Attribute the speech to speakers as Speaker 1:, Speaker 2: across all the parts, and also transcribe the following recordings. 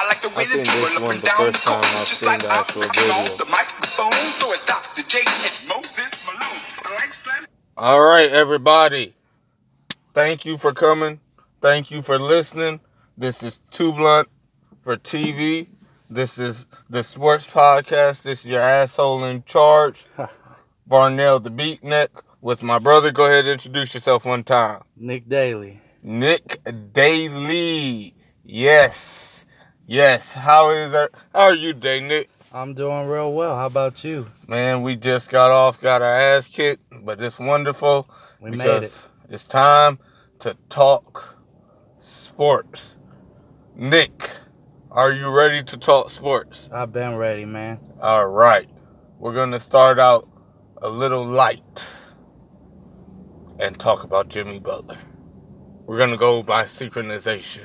Speaker 1: I
Speaker 2: way to
Speaker 1: think
Speaker 2: do
Speaker 1: this
Speaker 2: an up
Speaker 1: one's
Speaker 2: and
Speaker 1: the
Speaker 2: down
Speaker 1: first
Speaker 2: go.
Speaker 1: time I've
Speaker 2: Just
Speaker 1: seen
Speaker 2: like
Speaker 1: the
Speaker 2: I'm
Speaker 1: actual
Speaker 2: fucking on
Speaker 1: video.
Speaker 2: the microphone, so it's Dr. J and Moses Malone. Like slam.
Speaker 1: All right, everybody. Thank you for coming. Thank you for listening. This is Too Blunt for TV. This is the Sports Podcast. This is your asshole in charge, Varnell the Beatnik, with my brother. Go ahead and introduce yourself one time.
Speaker 3: Nick Daly.
Speaker 1: Nick Daly. Yes. Yes. How is our, how are you today, Nick?
Speaker 3: I'm doing real well. How about you?
Speaker 1: Man, we just got off, got our ass kicked, but it's wonderful
Speaker 3: We made it.
Speaker 1: because it's time to talk sports. Nick, are you ready to talk sports?
Speaker 3: I've been ready, man.
Speaker 1: All right. We're going to start out a little light and talk about Jimmy Butler. We're going to go by synchronization.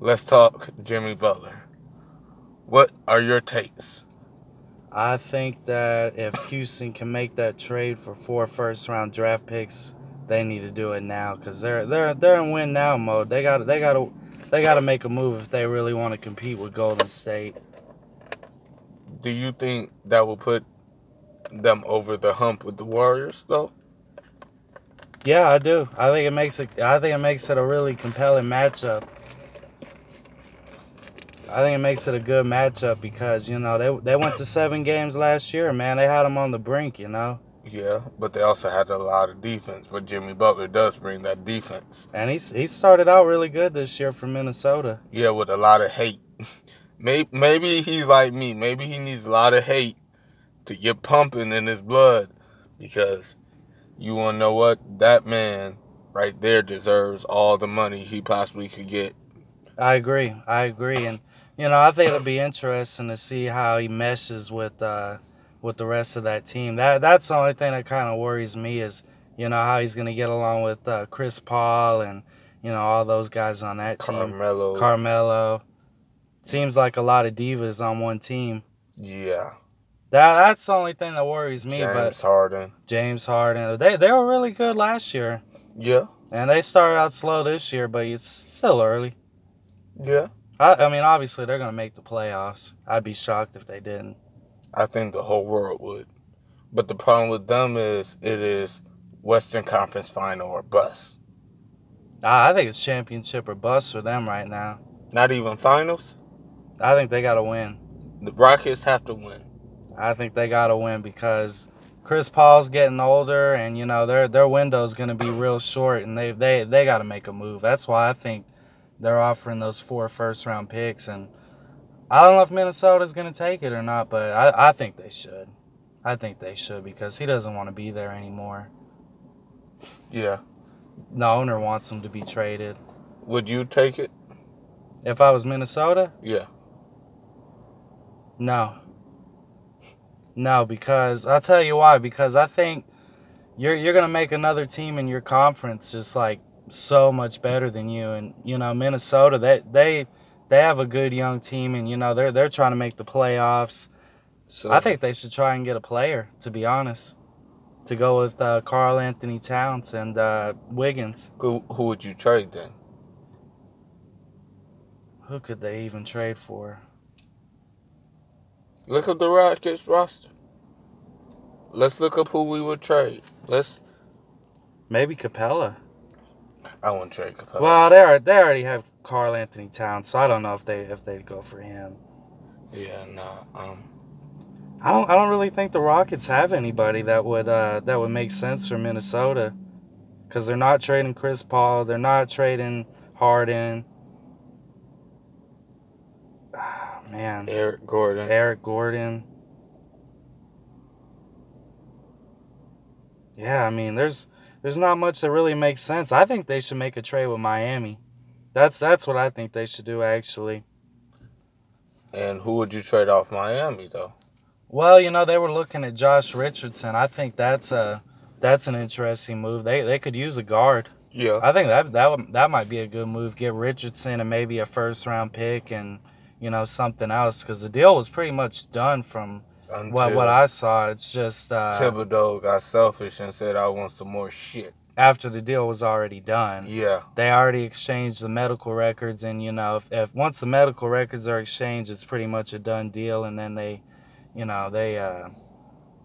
Speaker 1: Let's talk Jimmy Butler. What are your takes?
Speaker 3: I think that if Houston can make that trade for four first round draft picks, they need to do it now because they're they're they're in win now mode. They got they got to they got to make a move if they really want to compete with Golden State.
Speaker 1: Do you think that will put them over the hump with the Warriors, though?
Speaker 3: Yeah, I do. I think it makes it. I think it makes it a really compelling matchup. I think it makes it a good matchup because you know they they went to seven games last year. Man, they had them on the brink. You know,
Speaker 1: Yeah, but they also had a lot of defense. But Jimmy Butler does bring that defense.
Speaker 3: and he's he started out really good this year for Minnesota.
Speaker 1: Yeah, with a lot of hate. Maybe, maybe he's like me. Maybe he needs a lot of hate to get pumping in his blood because you want to know what? That man right there deserves all the money he possibly could get.
Speaker 3: I agree. I agree, and you know I think it'll be interesting to see how he meshes with uh, with the rest of that team. That that's the only thing that kind of worries me is you know how he's gonna get along with uh, Chris Paul and you know all those guys on that team.
Speaker 1: Carmelo.
Speaker 3: Carmelo. Seems like a lot of divas on one team.
Speaker 1: yeah.
Speaker 3: That that's the only thing that worries me.
Speaker 1: James
Speaker 3: But
Speaker 1: Harden.
Speaker 3: James Harden, they they were really good last year,
Speaker 1: Yeah.
Speaker 3: and they started out slow this year, but it's still early.
Speaker 1: Yeah.
Speaker 3: I, I mean, obviously they're gonna make the playoffs. I'd be shocked if they didn't.
Speaker 1: I think the whole world would. But the problem with them is it is Western Conference Final or bust.
Speaker 3: I, I think it's championship or bust for them right now.
Speaker 1: Not even finals.
Speaker 3: I think they gotta win.
Speaker 1: The Rockets have to win.
Speaker 3: I think they gotta win because Chris Paul's getting older, and you know their their window's gonna be real short, and they they they gotta make a move. That's why I think they're offering those four first round picks, and I don't know if Minnesota's gonna take it or not, but I, I think they should. I think they should because he doesn't want to be there anymore.
Speaker 1: Yeah.
Speaker 3: The owner wants him to be traded.
Speaker 1: Would you take it?
Speaker 3: If I was Minnesota,
Speaker 1: Yeah.
Speaker 3: No. No, because I'll tell you why. Because I think you're you're gonna make another team in your conference just like so much better than you. And you know Minnesota, they they they have a good young team, and you know they're they're trying to make the playoffs.
Speaker 1: So
Speaker 3: I think they should try and get a player. To be honest, to go with uh, Carl Anthony Towns and uh, Wiggins.
Speaker 1: who who would you trade then?
Speaker 3: Who could they even trade for?
Speaker 1: Look up the Rockets roster. Let's look up who we would trade. Let's
Speaker 3: Maybe Capella.
Speaker 1: I wouldn't trade Capella.
Speaker 3: Uh, Well, they are, they already have Carl Anthony Towns, so I don't know if they if they'd go for him.
Speaker 1: yeah, nah. Um
Speaker 3: I don't I don't really think the Rockets have anybody that would uh, that would make sense for Minnesota, because they're not trading Chris Paul, they're not trading Harden. Ah, man,
Speaker 1: Eric Gordon.
Speaker 3: Eric Gordon. Yeah, I mean, there's there's not much that really makes sense. I think they should make a trade with Miami. That's that's what I think they should do actually.
Speaker 1: And who would you trade off Miami though?
Speaker 3: Well, you know, they were looking at Josh Richardson. I think that's a that's an interesting move. They they could use a guard.
Speaker 1: Yeah.
Speaker 3: I think that that would, that might be a good move. Get Richardson and maybe a first round pick and you know something else because the deal was pretty much done from
Speaker 1: Until
Speaker 3: what what I saw. It's just uh,
Speaker 1: Thibodeau got selfish and said, "I want some more shit."
Speaker 3: after the deal was already done.
Speaker 1: Yeah,
Speaker 3: They already exchanged the medical records, and you know, if, if once the medical records are exchanged, it's pretty much a done deal. And then they, you know, they uh,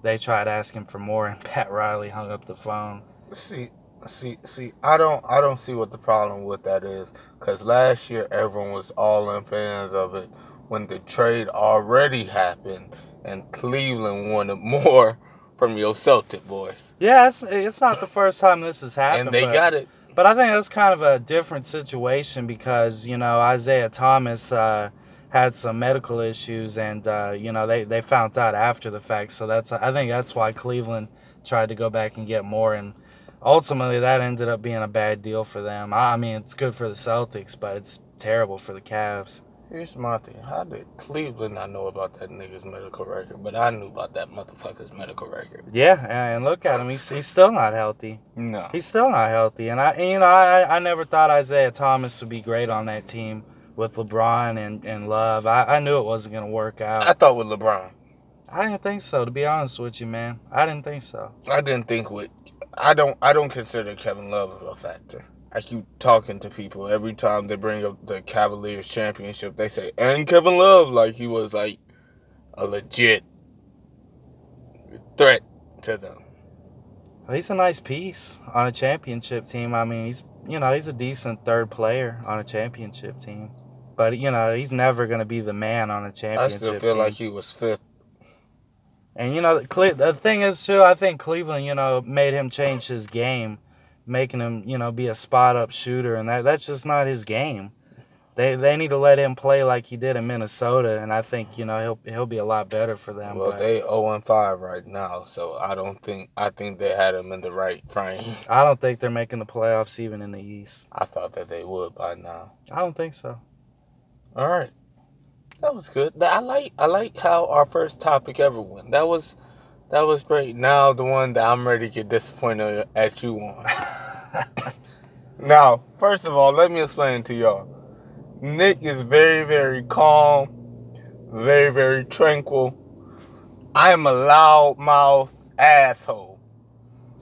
Speaker 3: they tried asking for more, and Pat Riley hung up the phone.
Speaker 1: see, see, see. I don't, I don't see what the problem with that is. Cause last year everyone was all in fans of it when the trade already happened, and Cleveland wanted more from your Celtic boys,
Speaker 3: Yeah, it's, it's not the first time this has happened.
Speaker 1: and they
Speaker 3: but-
Speaker 1: got it.
Speaker 3: But I think that's kind of a different situation because you know Isaiah Thomas uh, had some medical issues, and uh, you know they they found out after the fact. So that's I think that's why Cleveland tried to go back and get more, and ultimately that ended up being a bad deal for them. I I mean, it's good for the Celtics, but it's terrible for the Cavs.
Speaker 1: Here's my thing. How did Cleveland not know about that nigga's medical record? But I knew about that motherfucker's medical record.
Speaker 3: Yeah, and look at him. He's, he's still not healthy.
Speaker 1: No.
Speaker 3: He's still not healthy, and I and, you know I, I never thought Isaiah Thomas would be great on that team with LeBron and, and Love. I, I knew it wasn't gonna work
Speaker 1: I
Speaker 3: out.
Speaker 1: thought with LeBron.
Speaker 3: I didn't think so, to be honest with you, man. I didn't think so.
Speaker 1: I didn't think with I don't I don't consider Kevin Love a factor. I keep talking to people every time they bring up the Cavaliers championship. They say and Kevin Love like he was like a legit threat to them.
Speaker 3: He's a nice piece on a championship team. I mean, he's you know he's a decent third player on a championship team, but you know he's never gonna be the man on a
Speaker 1: I
Speaker 3: championship
Speaker 1: still feel
Speaker 3: team.
Speaker 1: like he was fifth.
Speaker 3: And you know, the Cle- the thing is too, I think Cleveland, you know, made him change his game, making him, you know, be a spot up shooter, and that that's just not his game. They they need to let him play like he did in Minnesota, and I think you know he'll he'll be a lot better for them.
Speaker 1: Well,
Speaker 3: but
Speaker 1: they 0 and 5 right now, so I don't think I think they had him in the right frame.
Speaker 3: I don't think they're making the playoffs even in the East.
Speaker 1: I thought that they would by now.
Speaker 3: I don't think so.
Speaker 1: All right, that was good. Th- I like I like how our first topic ever went. That was that was great. Now the one that I'm ready to get disappointed at you on. now, first of all, let me explain to y'all. Nick is very very calm, very very tranquil. I am a loud mouth asshole.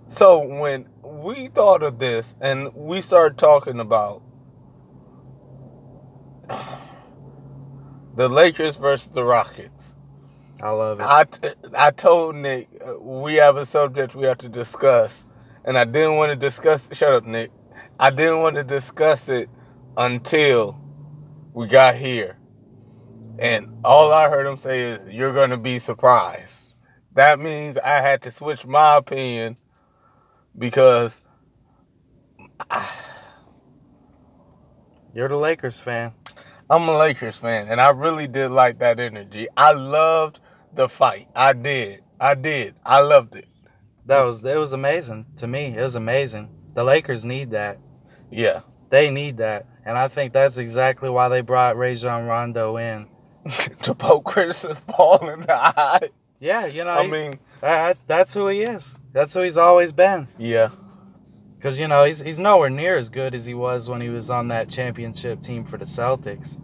Speaker 1: So when we thought of this and we started talking about the Lakers versus the Rockets.
Speaker 3: I love it.
Speaker 1: I, t- I told Nick uh, we have a subject we have to discuss, and I didn't want to discuss. Shut up, Nick. I didn't want to discuss it until we got here, and all I heard him say is, "You're going to be surprised." That means I had to switch my opinion because
Speaker 3: You're the Lakers fan.
Speaker 1: I'm a Lakers fan, and I really did like that energy. I loved the fight. I did. I did. I loved it.
Speaker 3: That was it was amazing to me. It was amazing. The Lakers need that.
Speaker 1: Yeah.
Speaker 3: They need that, and I think that's exactly why they brought Rajon Rondo in.
Speaker 1: to poke Chris Paul in the eye.
Speaker 3: Yeah, you know.
Speaker 1: I
Speaker 3: he-
Speaker 1: mean,
Speaker 3: That, that's who he is. That's who he's always been.
Speaker 1: yeah,
Speaker 3: Because, you know, he's, he's nowhere near as good as he was when he was on that championship team for the Celtics.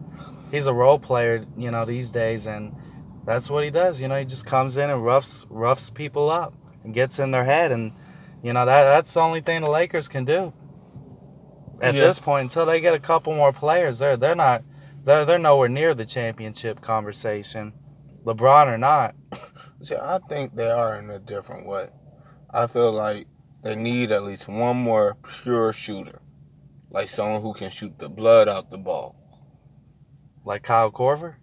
Speaker 3: He's a role player, you know, these days, and that's what he does. You know, he just comes in and roughs, roughs people up and gets in their head. And, you know, that, that's the only thing the Lakers can do at
Speaker 1: Yeah.
Speaker 3: this point until they get a couple more players. They're, they're not, they're, they're nowhere near the championship conversation, LeBron or not.
Speaker 1: see, I think they are in a different way. I feel like they need at least one more pure shooter, like someone who can shoot the blood out the ball,
Speaker 3: Like Kyle Corver?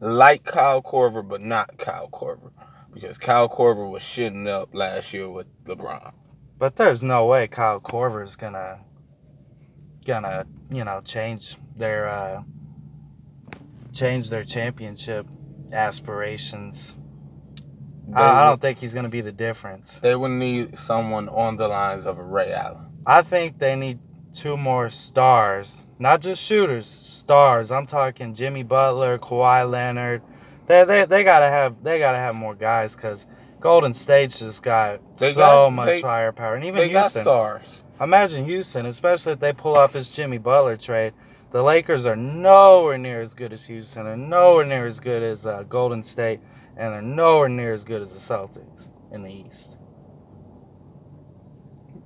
Speaker 1: like Kyle Corver, but not Kyle Corver, because Kyle Corver was shitting up last year with LeBron.
Speaker 3: But there's no way Kyle Corver's gonna gonna you know change their uh, change their championship aspirations. I, I don't think he's gonna be the difference.
Speaker 1: They would need someone on the lines of a Ray Allen.
Speaker 3: I think they need two more stars, not just shooters, stars. I'm talking Jimmy Butler, Kawhi Leonard. They they, they gotta have they gotta have more guys because Golden State's just got
Speaker 1: They
Speaker 3: so
Speaker 1: got-
Speaker 3: much
Speaker 1: they-
Speaker 3: firepower, and even
Speaker 1: They got
Speaker 3: Houston.
Speaker 1: stars.
Speaker 3: Imagine Houston, especially if they pull off this Jimmy Butler trade. The Lakers are nowhere near as good as Houston. They're nowhere near as good as uh, Golden State, and they're nowhere near as good as the Celtics in the East.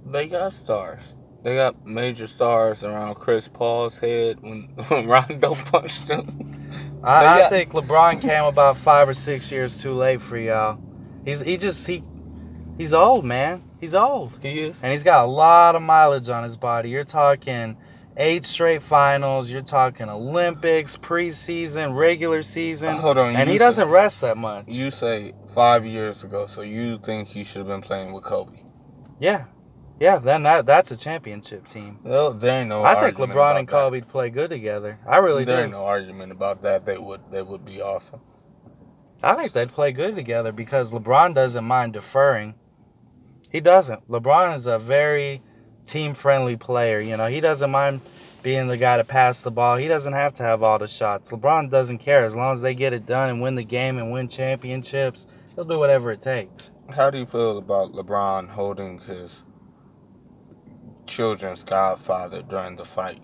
Speaker 1: They got stars. They got major stars around Chris Paul's head when, when Rondo punched him.
Speaker 3: I,
Speaker 1: They
Speaker 3: I
Speaker 1: got-
Speaker 3: think LeBron came about five or six years too late for y'all. He's he just he he's old man. He's old.
Speaker 1: He is.
Speaker 3: And he's got a lot of mileage on his body. You're talking eight straight finals. You're talking Olympics, preseason, regular season.
Speaker 1: Hold on,
Speaker 3: And
Speaker 1: you
Speaker 3: he
Speaker 1: said-
Speaker 3: doesn't rest that much.
Speaker 1: You say five years ago, so you think he should have been playing with Kobe?
Speaker 3: yeah. Yeah, then that that's a championship team.
Speaker 1: No, there ain't no.
Speaker 3: I think
Speaker 1: argument
Speaker 3: LeBron and
Speaker 1: Oh, about that.
Speaker 3: Kobe play good together. I really
Speaker 1: there
Speaker 3: do.
Speaker 1: ain't no argument about that. They would. They would be awesome.
Speaker 3: I think they'd play good together because LeBron doesn't mind deferring. He doesn't. LeBron is a very team friendly player. You know, he doesn't mind being the guy to pass the ball. He doesn't have to have all the shots. LeBron doesn't care. As long as they get it done and win the game and win championships, he'll do whatever it takes.
Speaker 1: How do you feel about LeBron holding his children's godfather during the fight?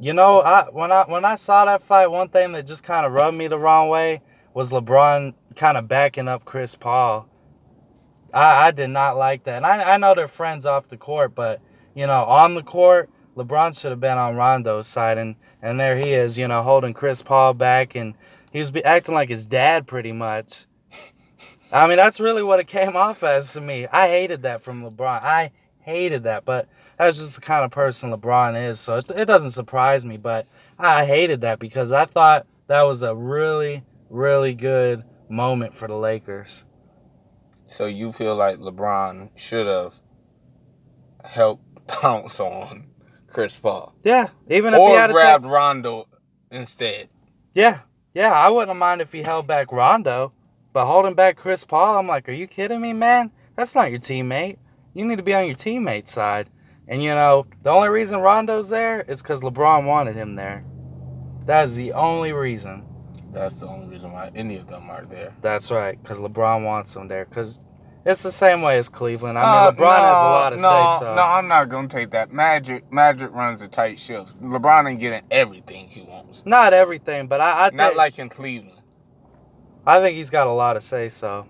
Speaker 3: You know, I when I when I saw that fight, one thing that just kind of rubbed me the wrong way was LeBron kind of backing up Chris Paul. I, I did not like that. And I, I know they're friends off the court, but you know, on the court, LeBron should have been on Rondo's side, and and there he is, you know, holding Chris Paul back, and he was be acting like his dad pretty much. I mean, that's really what it came off as to me. I hated that from LeBron. I hated that, but that's just the kind of person LeBron is. So it, it doesn't surprise me, but I hated that because I thought that was a really, really good moment for the Lakers.
Speaker 1: So you feel like LeBron should have helped pounce on Chris Paul
Speaker 3: Yeah, even if he
Speaker 1: or
Speaker 3: had a
Speaker 1: grabbed Rondo instead?
Speaker 3: Yeah, yeah, I wouldn't mind if he held back Rondo, but holding back Chris Paul, I'm like, are you kidding me, man? That's not your teammate. You need to be on your teammate's side. And you know, the only reason Rondo's there is because LeBron wanted him there. That is the only reason.
Speaker 1: That's the only reason why any of them are there.
Speaker 3: That's right, because LeBron wants him there. Because it's the same way as Cleveland. I mean,
Speaker 1: Uh,
Speaker 3: LeBron has a lot to
Speaker 1: no,
Speaker 3: say. So
Speaker 1: No, I'm not gonna take that. Magic, Magic runs a tight ship. LeBron ain't getting everything he wants.
Speaker 3: not everything, but I, I think
Speaker 1: Not like in Cleveland.
Speaker 3: I think he's got a lot to say. So.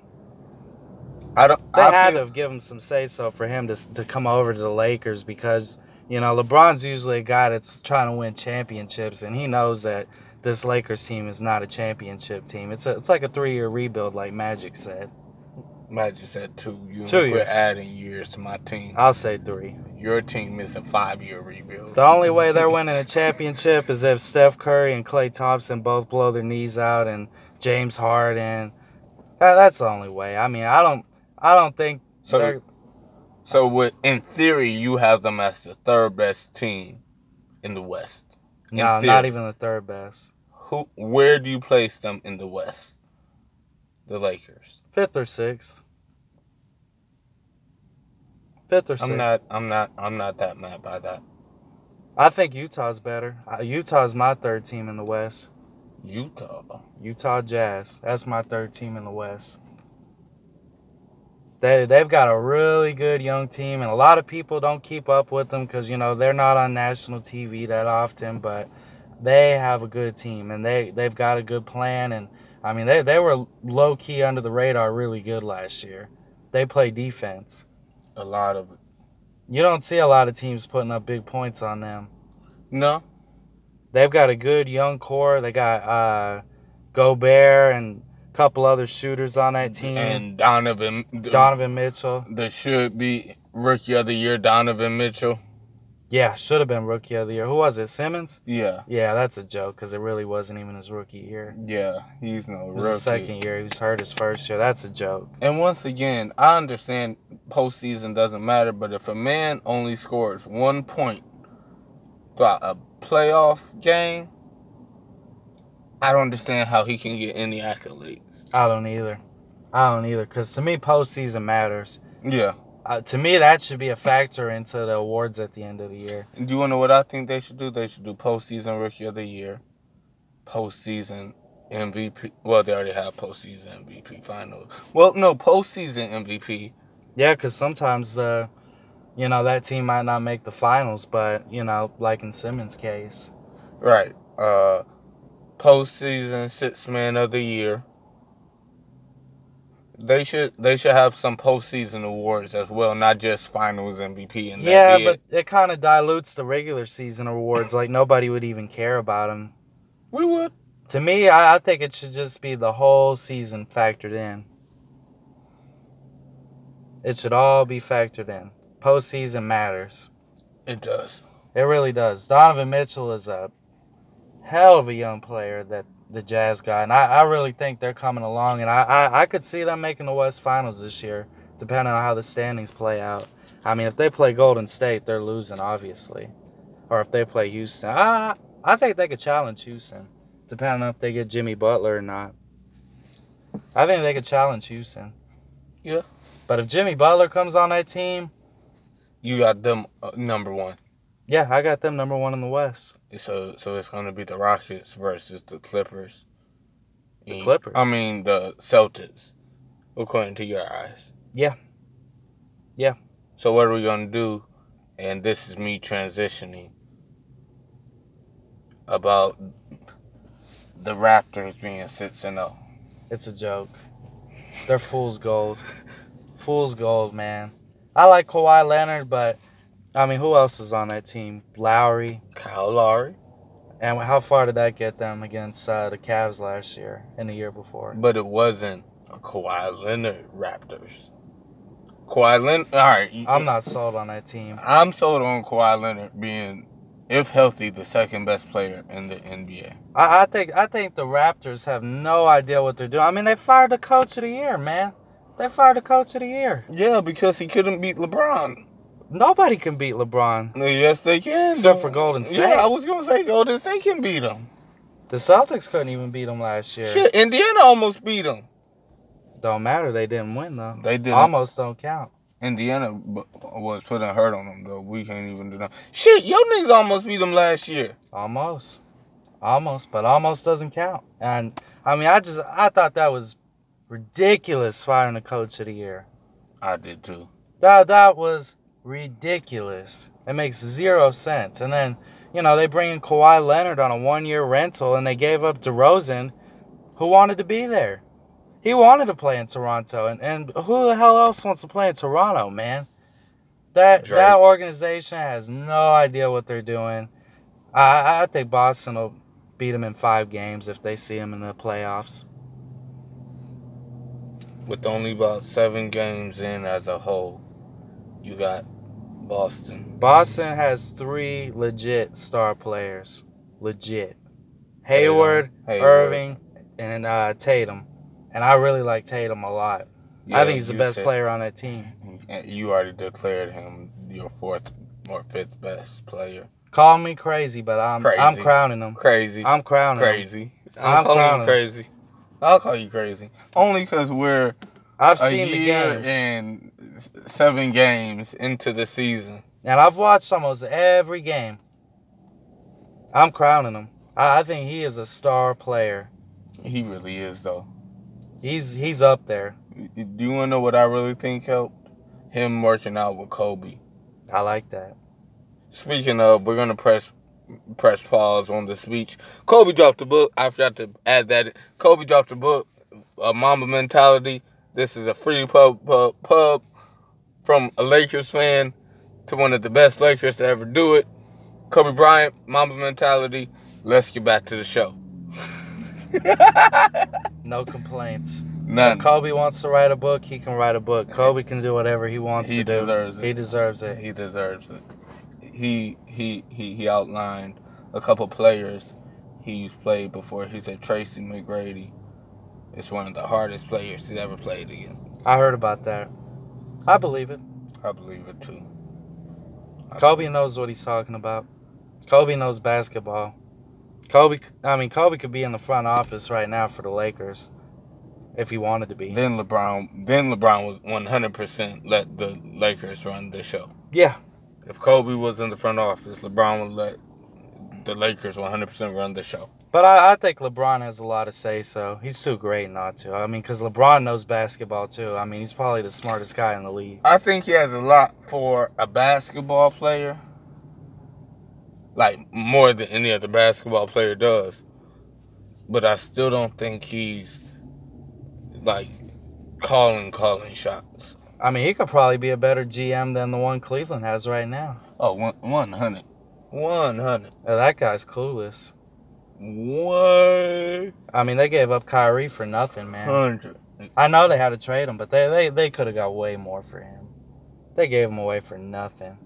Speaker 1: I don't.
Speaker 3: They
Speaker 1: I
Speaker 3: had
Speaker 1: feel-
Speaker 3: to give him some say so for him to to come over to the Lakers because you know LeBron's usually a guy that's trying to win championships, and he knows that this Lakers team is not a championship team. It's a, it's like a three year rebuild, like Magic said.
Speaker 1: Magic said two. You
Speaker 3: Two
Speaker 1: two quit
Speaker 3: years.
Speaker 1: adding years to my team.
Speaker 3: I'll say three.
Speaker 1: Your team is a five year rebuild.
Speaker 3: The only way they're winning a championship is if Steph Curry and Klay Thompson both blow their knees out and James Harden. That, that's the only way. I mean, I don't I don't think
Speaker 1: So-
Speaker 3: they're-
Speaker 1: So, with, in theory, you have them as the third best team in the West. In
Speaker 3: no, not
Speaker 1: theory.
Speaker 3: even the third best,
Speaker 1: Who? Where do you place them in the West? The Lakers.
Speaker 3: fifth or sixth. Fifth or 6th
Speaker 1: I'm not. I'm not. I'm not that mad by that.
Speaker 3: I think Utah's better. Uh, Utah's my third team in the West.
Speaker 1: Utah.
Speaker 3: Utah Jazz. That's my third team in the West. They they've got a really good young team, and a lot of people don't keep up with them because you know they're not on national TV that often. But they have a good team, and they they've got a good plan. And I mean, they they were low key under the radar, really good last year. They play defense.
Speaker 1: A lot of
Speaker 3: You don't see a lot of teams putting up big points on them.
Speaker 1: no.
Speaker 3: They've got a good young core. They got uh, Gobert and a couple other shooters on that team.
Speaker 1: And Donovan.
Speaker 3: Mm. Donovan Mitchell.
Speaker 1: There should be rookie of the year. Donovan Mitchell.
Speaker 3: Yeah, should have been rookie of the year. Who was it? Simmons?
Speaker 1: Yeah.
Speaker 3: Yeah, that's a joke because it really wasn't even his rookie year.
Speaker 1: Yeah. He's no
Speaker 3: It was
Speaker 1: rookie.
Speaker 3: his second year. He was hurt his first year. That's a joke.
Speaker 1: And once again, I understand postseason doesn't matter, but if a man only scores one point throughout a playoff game, I don't understand how he can get any accolades.
Speaker 3: I don't either. I don't either because to me, postseason matters.
Speaker 1: Yeah.
Speaker 3: Uh, to me, that should be a factor into the awards at the end of the year.
Speaker 1: Do you want to know what I think they should do? They should do postseason rookie of the year, postseason MVP. Well, they already have postseason MVP finals. Well, no, postseason MVP.
Speaker 3: Yeah, because sometimes uh, you know that team might not make the finals, but you know, like in Simmons' case,
Speaker 1: Right. Uh postseason six man of the year. They should they should have some postseason awards as well, not just finals MVP and that
Speaker 3: yeah,
Speaker 1: be
Speaker 3: but
Speaker 1: it.
Speaker 3: it kind of dilutes the regular season awards. Like nobody would even care about them.
Speaker 1: we would.
Speaker 3: To me, I, I think it should just be the whole season factored in. It should all be factored in. Postseason matters.
Speaker 1: It does.
Speaker 3: It really does. Donovan Mitchell is a hell of a young player that the Jazz got, and I, I really think they're coming along. And I, I, I could see them making the West Finals this year, depending on how the standings play out. I mean, if they play Golden State, they're losing, obviously, or if they play Houston, I, I think they could challenge Houston, depending on if they get Jimmy Butler or not. I think they could challenge Houston.
Speaker 1: Yeah.
Speaker 3: But if Jimmy Butler comes on that team,
Speaker 1: You got them uh, number one.
Speaker 3: yeah, I got them number one in the West.
Speaker 1: So so it's gonna be the Rockets versus the Clippers. The
Speaker 3: Clippers.
Speaker 1: I mean the Celtics, according to your eyes.
Speaker 3: Yeah. Yeah.
Speaker 1: So what are we gonna do? And this is me transitioning about the Raptors being six and oh. zero.
Speaker 3: It's a joke. They're fool's gold. Fool's gold, man. I like Kawhi Leonard, but I mean, who else is on that team? Lowry.
Speaker 1: Kyle Lowry,
Speaker 3: And how far did that get them against uh, the Cavs last year and the year before?
Speaker 1: but it wasn't a Kawhi Leonard Raptors. Kawhi Leonard. All right,
Speaker 3: I'm not sold on that team.
Speaker 1: I'm sold on Kawhi Leonard being, if healthy, the second best player in the NBA.
Speaker 3: I, I think I think the Raptors have no idea what they're doing. I mean, they fired the coach of the year, man. They fired the coach of the year.
Speaker 1: Yeah, because he couldn't beat LeBron.
Speaker 3: Nobody can beat LeBron.
Speaker 1: No, Yes, they can.
Speaker 3: Except for Golden State.
Speaker 1: Yeah, I was gonna say Golden State can beat him.
Speaker 3: The Celtics couldn't even beat them last year.
Speaker 1: Shit, Indiana almost beat him.
Speaker 3: Don't matter. They didn't win though.
Speaker 1: They didn't.
Speaker 3: Almost don't count.
Speaker 1: Indiana b- was putting hurt on them though. We can't even do that. Shit, your niggas almost beat them last year.
Speaker 3: Almost. Almost, but almost doesn't count. And I mean, I just I thought that was ridiculous firing the coach of the year.
Speaker 1: I did too.
Speaker 3: That that was ridiculous. It makes zero sense. And then, you know, they bring in Kawhi Leonard on a one-year rental and they gave up DeRozan who wanted to be there. He wanted to play in Toronto and, and who the hell else wants to play in Toronto, man? That
Speaker 1: Drake.
Speaker 3: that organization has no idea what they're doing. I I- I think Boston will beat them in 5 games if they see them in the playoffs.
Speaker 1: With only about seven games in as a whole, you got Boston.
Speaker 3: Boston has three legit star players. Legit.
Speaker 1: Tatum,
Speaker 3: Hayward,
Speaker 1: Hayward.
Speaker 3: Irving, and uh, Tatum. And I really like Tatum a lot. I think he's the
Speaker 1: you
Speaker 3: best
Speaker 1: said-
Speaker 3: player on that team.
Speaker 1: and You already declared him your fourth or fifth best player.
Speaker 3: Call me crazy, but I'm I'm
Speaker 1: Crazy.
Speaker 3: crowning him.
Speaker 1: Crazy.
Speaker 3: I'm crowning him.
Speaker 1: crazy. I'm,
Speaker 3: I'm
Speaker 1: calling
Speaker 3: clowning.
Speaker 1: you crazy. I'll call you crazy. Only because we're
Speaker 3: I've
Speaker 1: a
Speaker 3: seen the
Speaker 1: year
Speaker 3: games.
Speaker 1: and s- seven games into the season.
Speaker 3: And I've watched almost every game. I'm crowning him. I, I think he is a star player.
Speaker 1: He really is, though.
Speaker 3: He's he's up there.
Speaker 1: Do you want to know what I really think helped? Him working out with Kobe.
Speaker 3: I like that.
Speaker 1: Speaking of, we're gonna press press pause on the speech. Kobe dropped the book. I forgot to add that. Kobe dropped the book. A Mamba mentality. This is a free pub pub pub from a Lakers fan to one of the best Lakers to ever do it. Kobe Bryant, Mamba mentality. Let's get back to the show.
Speaker 3: No complaints. If
Speaker 1: None.
Speaker 3: Kobe wants to write a book, he can write a book. Kobe can do whatever he wants
Speaker 1: He
Speaker 3: to do.
Speaker 1: deserves it.
Speaker 3: He deserves it.
Speaker 1: He deserves it. He he he he outlined a couple players he's played before. He said Tracy McGrady is one of the hardest players he's ever played against.
Speaker 3: I heard about that. I believe it.
Speaker 1: I believe it too. I
Speaker 3: Kobe knows what he's talking about. Kobe knows basketball. Kobe, c- I mean, Kobe could be in the front office right now for the Lakers if he wanted to be.
Speaker 1: Then LeBron then LeBron would one hundred percent let the Lakers run the show.
Speaker 3: Yeah,
Speaker 1: If Kobe was in the front office, LeBron would let the Lakers 100% run the show.
Speaker 3: But I, I think LeBron has a lot to say. So he's too great not to. I mean, because LeBron knows basketball too. I mean, he's probably the smartest guy in the league.
Speaker 1: I think he has a lot for a basketball player, like more than any other basketball player does. But I still don't think he's like calling, calling shots.
Speaker 3: I mean, he could probably be a better GM than the one Cleveland has right now.
Speaker 1: Oh, one- 100. 100.
Speaker 3: Uh, that guy's clueless.
Speaker 1: One
Speaker 3: I mean, they gave up Kyrie for nothing, man.
Speaker 1: hundred.
Speaker 3: I know they had to trade him, but they they, they could have got way more for him. They gave him away for nothing.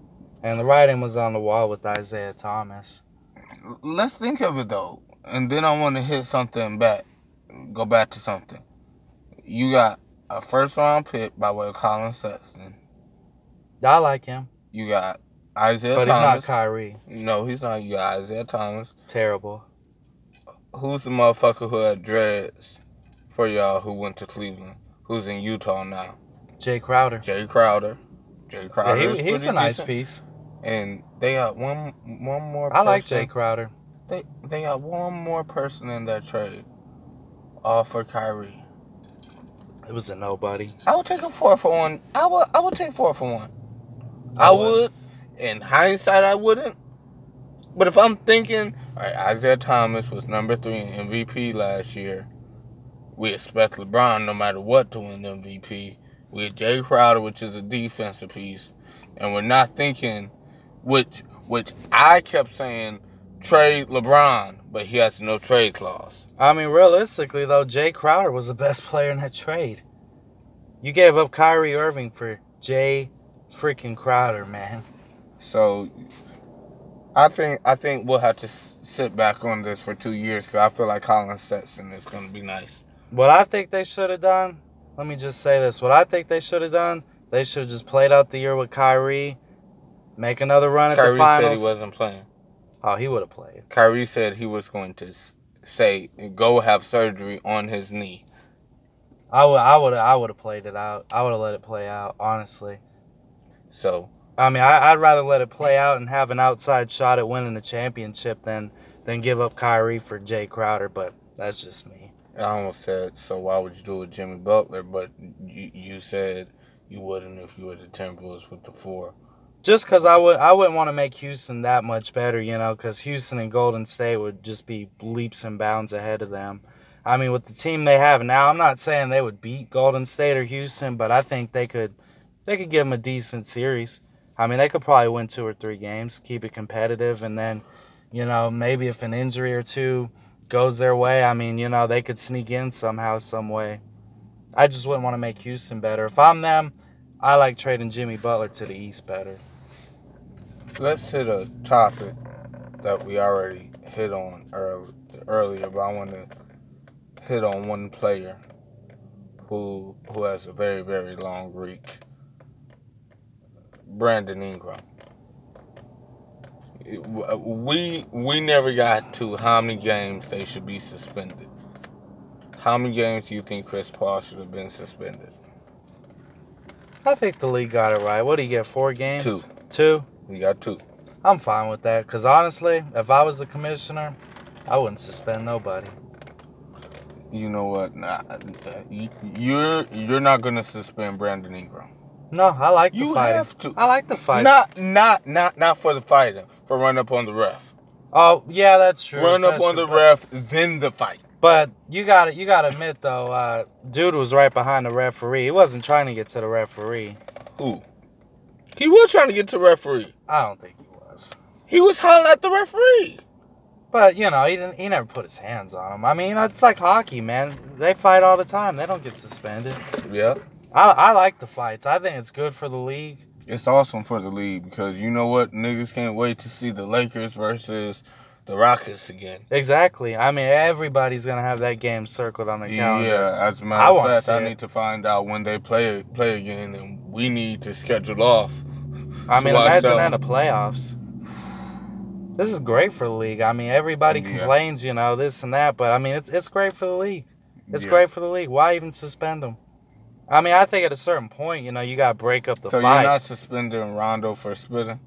Speaker 3: And the writing was on the wall with Isaiah Thomas.
Speaker 1: Let's think of it though, and then I want to hit something back. Go back to something. You got a first round pick by way of Colin Sexton.
Speaker 3: I like him,
Speaker 1: You got Isaiah
Speaker 3: but he's not
Speaker 1: Thomas.
Speaker 3: Kyrie.
Speaker 1: No, he's not. You got Isaiah Thomas.
Speaker 3: Terrible.
Speaker 1: Who's the motherfucker who had dreads for y'all who went to Cleveland? Who's in Utah now?
Speaker 3: Jay Crowder.
Speaker 1: Jay Crowder. Jay
Speaker 3: Yeah,
Speaker 1: Crowder.
Speaker 3: he,
Speaker 1: is
Speaker 3: he was
Speaker 1: pretty
Speaker 3: a nice
Speaker 1: decent.
Speaker 3: piece.
Speaker 1: And they got one one more.
Speaker 3: I like
Speaker 1: person.
Speaker 3: Jay Crowder.
Speaker 1: They they got one more person in that trade. All for Kyrie.
Speaker 3: It was a nobody.
Speaker 1: I would take a four for one. I would I would take four for one. I,
Speaker 3: I would.
Speaker 1: would. In hindsight I wouldn't. But if I'm thinking, all right, Isaiah Thomas was number three in MVP last year. We expect LeBron no matter what to win MVP. We had Jay Crowder, which is a defensive piece. And we're not thinking which which I kept saying trade LeBron, but he has no trade clause.
Speaker 3: I mean, realistically though, Jay Crowder was the best player in that trade. You gave up Kyrie Irving for Jay freaking Crowder, man.
Speaker 1: So, I think I think we'll have to s- sit back on this for two years because I feel like Colin Sexton is going to be nice.
Speaker 3: What I think they should have done, let me just say this. What I think they should have done, they should have just played out the year with Kyrie, make another run at the
Speaker 1: Kyrie said
Speaker 3: finals.
Speaker 1: he wasn't playing.
Speaker 3: Oh, he would have played.
Speaker 1: Kyrie said he was going to s- say go have surgery on his knee.
Speaker 3: I would I would I would have played it out. I would have let it play out, honestly.
Speaker 1: So
Speaker 3: I mean, I, I'd rather let it play out and have an outside shot at winning the championship than than give up Kyrie for Jay Crowder, but that's just me.
Speaker 1: I almost said, so why would you do it with Jimmy Butler? But you, you said you wouldn't if you were the Timberwolves with the four.
Speaker 3: just because I would I wouldn't want to make Houston that much better, you know, because Houston and Golden State would just be leaps and bounds ahead of them. I mean, with the team they have now, I'm not saying they would beat Golden State or Houston, but I think they could they could give them a decent series. I mean, they could probably win two or three games, keep it competitive, and then, you know, maybe if an injury or two goes their way, I mean, you know, they could sneak in somehow, some way. I just wouldn't want to make Houston better. If I'm them, I like trading Jimmy Butler to the East better.
Speaker 1: Let's hit a topic that we already hit on earl- earlier, but I want to hit on one player who who has a very very long reach. Brandon Ingram. It- w- uh, We we never got to how many games they should be suspended. How many games do you think Chris Paul should have been suspended?
Speaker 3: I think the league got it right. What do you get? Four games?
Speaker 1: Two.
Speaker 3: Two?
Speaker 1: We got two.
Speaker 3: I'm fine with that. Because honestly, if I was the commissioner, I wouldn't suspend nobody.
Speaker 1: You know what? Nah, you- you're you're not gonna suspend Brandon Ingram.
Speaker 3: No, I like the
Speaker 1: You
Speaker 3: fighting.
Speaker 1: have to.
Speaker 3: I like the fight.
Speaker 1: Not not not not for the fighting, for run up on the ref.
Speaker 3: Oh, yeah, that's true.
Speaker 1: Run up
Speaker 3: That's
Speaker 1: on
Speaker 3: true.
Speaker 1: the ref, then the fight.
Speaker 3: But you got You got to admit though, uh, dude was right behind the referee. He wasn't trying to get to the referee.
Speaker 1: Who? He was trying to get to referee.
Speaker 3: I don't think he was.
Speaker 1: He was hollering at the referee.
Speaker 3: But you know, he didn't. He never put his hands on him. I mean, you know, it's like hockey, man. They fight all the time. They don't get suspended.
Speaker 1: Yeah.
Speaker 3: I, I like the fights. I think it's good for the league.
Speaker 1: It's awesome for the league because you know what? Niggas can't wait to see the Lakers versus the Rockets again.
Speaker 3: Exactly. I mean, everybody's gonna have that game circled on the calendar.
Speaker 1: Yeah, as a
Speaker 3: I
Speaker 1: matter of
Speaker 3: wanna
Speaker 1: fact,
Speaker 3: see
Speaker 1: I
Speaker 3: it.
Speaker 1: need to find out when they play play again, and we need to schedule off.
Speaker 3: I
Speaker 1: To
Speaker 3: mean,
Speaker 1: watch that
Speaker 3: imagine that in the playoffs. This is great for the league. I mean, everybody
Speaker 1: Yeah.
Speaker 3: complains, you know, this and that, but I mean, it's it's great for the league. It's
Speaker 1: Yeah.
Speaker 3: great for the league. Why even suspend them? I mean, I think at a certain point, you know, you gotta break up the
Speaker 1: so
Speaker 3: fight.
Speaker 1: you're not suspending Rondo for spitting?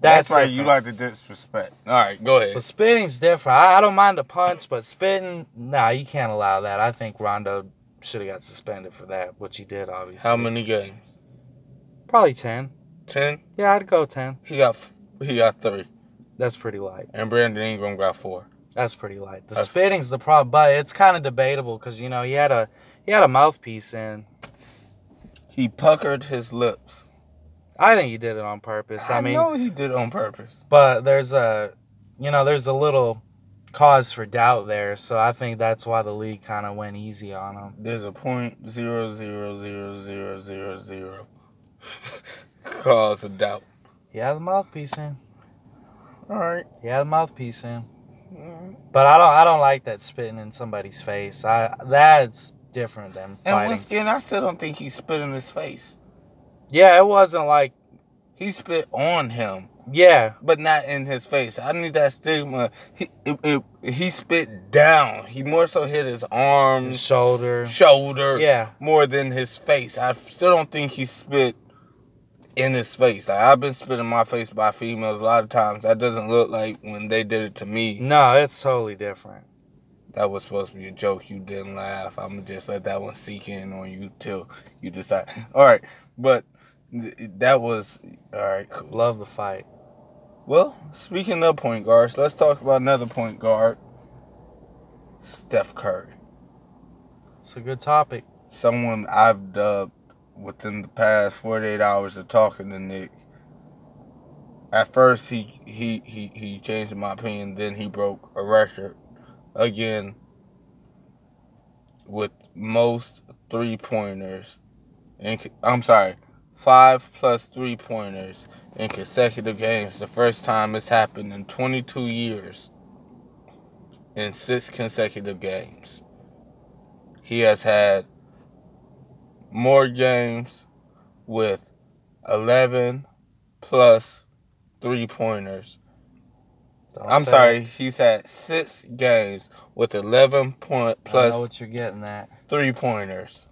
Speaker 1: That's,
Speaker 3: That's,
Speaker 1: why you
Speaker 3: different.
Speaker 1: like to disrespect. All right, go ahead.
Speaker 3: But spitting's different. I, I don't mind the punch, but spitting, nah, you can't allow that. I think Rondo should have got suspended for that, which he did, obviously.
Speaker 1: How many games?
Speaker 3: Probably 10.
Speaker 1: Ten.
Speaker 3: Yeah, I'd go 10.
Speaker 1: He got f- he got three,
Speaker 3: That's pretty light.
Speaker 1: and Brandon Ingram got four.
Speaker 3: That's pretty light. The
Speaker 1: That's-
Speaker 3: spitting's the problem, but it's kind of debatable because, you know, he had a he had a mouthpiece in.
Speaker 1: He puckered his lips.
Speaker 3: I think he did it on purpose. I, mean,
Speaker 1: know he did on purpose.
Speaker 3: but there's a you know there's a little cause for doubt there so i think that's why the league kind of went easy on him
Speaker 1: There's a point zero zero zero zero zero zero cause of doubt.
Speaker 3: yeah the mouthpiece in
Speaker 1: All right.
Speaker 3: yeah the mouthpiece in but i don't i don't like that spitting in somebody's face i that's different than
Speaker 1: And
Speaker 3: fighting
Speaker 1: once again, I still don't think he spit in his face.
Speaker 3: yeah it wasn't like
Speaker 1: He spit on him,
Speaker 3: yeah
Speaker 1: but not in his face. I need that stigma. He it, it, he spit down. He more so hit his
Speaker 3: the
Speaker 1: arms,
Speaker 3: shoulder
Speaker 1: shoulder,
Speaker 3: Yeah.
Speaker 1: more than his face. I still don't think he spit in his face. Like I've been spit in my face by females a lot of times. That doesn't look like when they did it to me.
Speaker 3: no it's totally different
Speaker 1: That was supposed to be a joke. You didn't laugh. I'm gonna just let that one sink in on you till you decide. All right, but th- that was all right. Cool.
Speaker 3: love the fight
Speaker 1: Well, speaking of point guards, let's talk about another point guard, Steph Curry.
Speaker 3: it's a good topic
Speaker 1: Someone I've dubbed within the past 48 hours of talking to Nick. At first, he he he, he changed my opinion. Then he broke a record again with most three pointers. And I'm sorry, five plus three pointers in consecutive games. The first time it's happened in 22 years. In six consecutive games, he has had more games with 11 plus three pointers.
Speaker 3: Don't
Speaker 1: I'm
Speaker 3: say
Speaker 1: sorry,
Speaker 3: it.
Speaker 1: he's had six games with 11 point
Speaker 3: i know
Speaker 1: plus
Speaker 3: what you're getting at
Speaker 1: three pointers.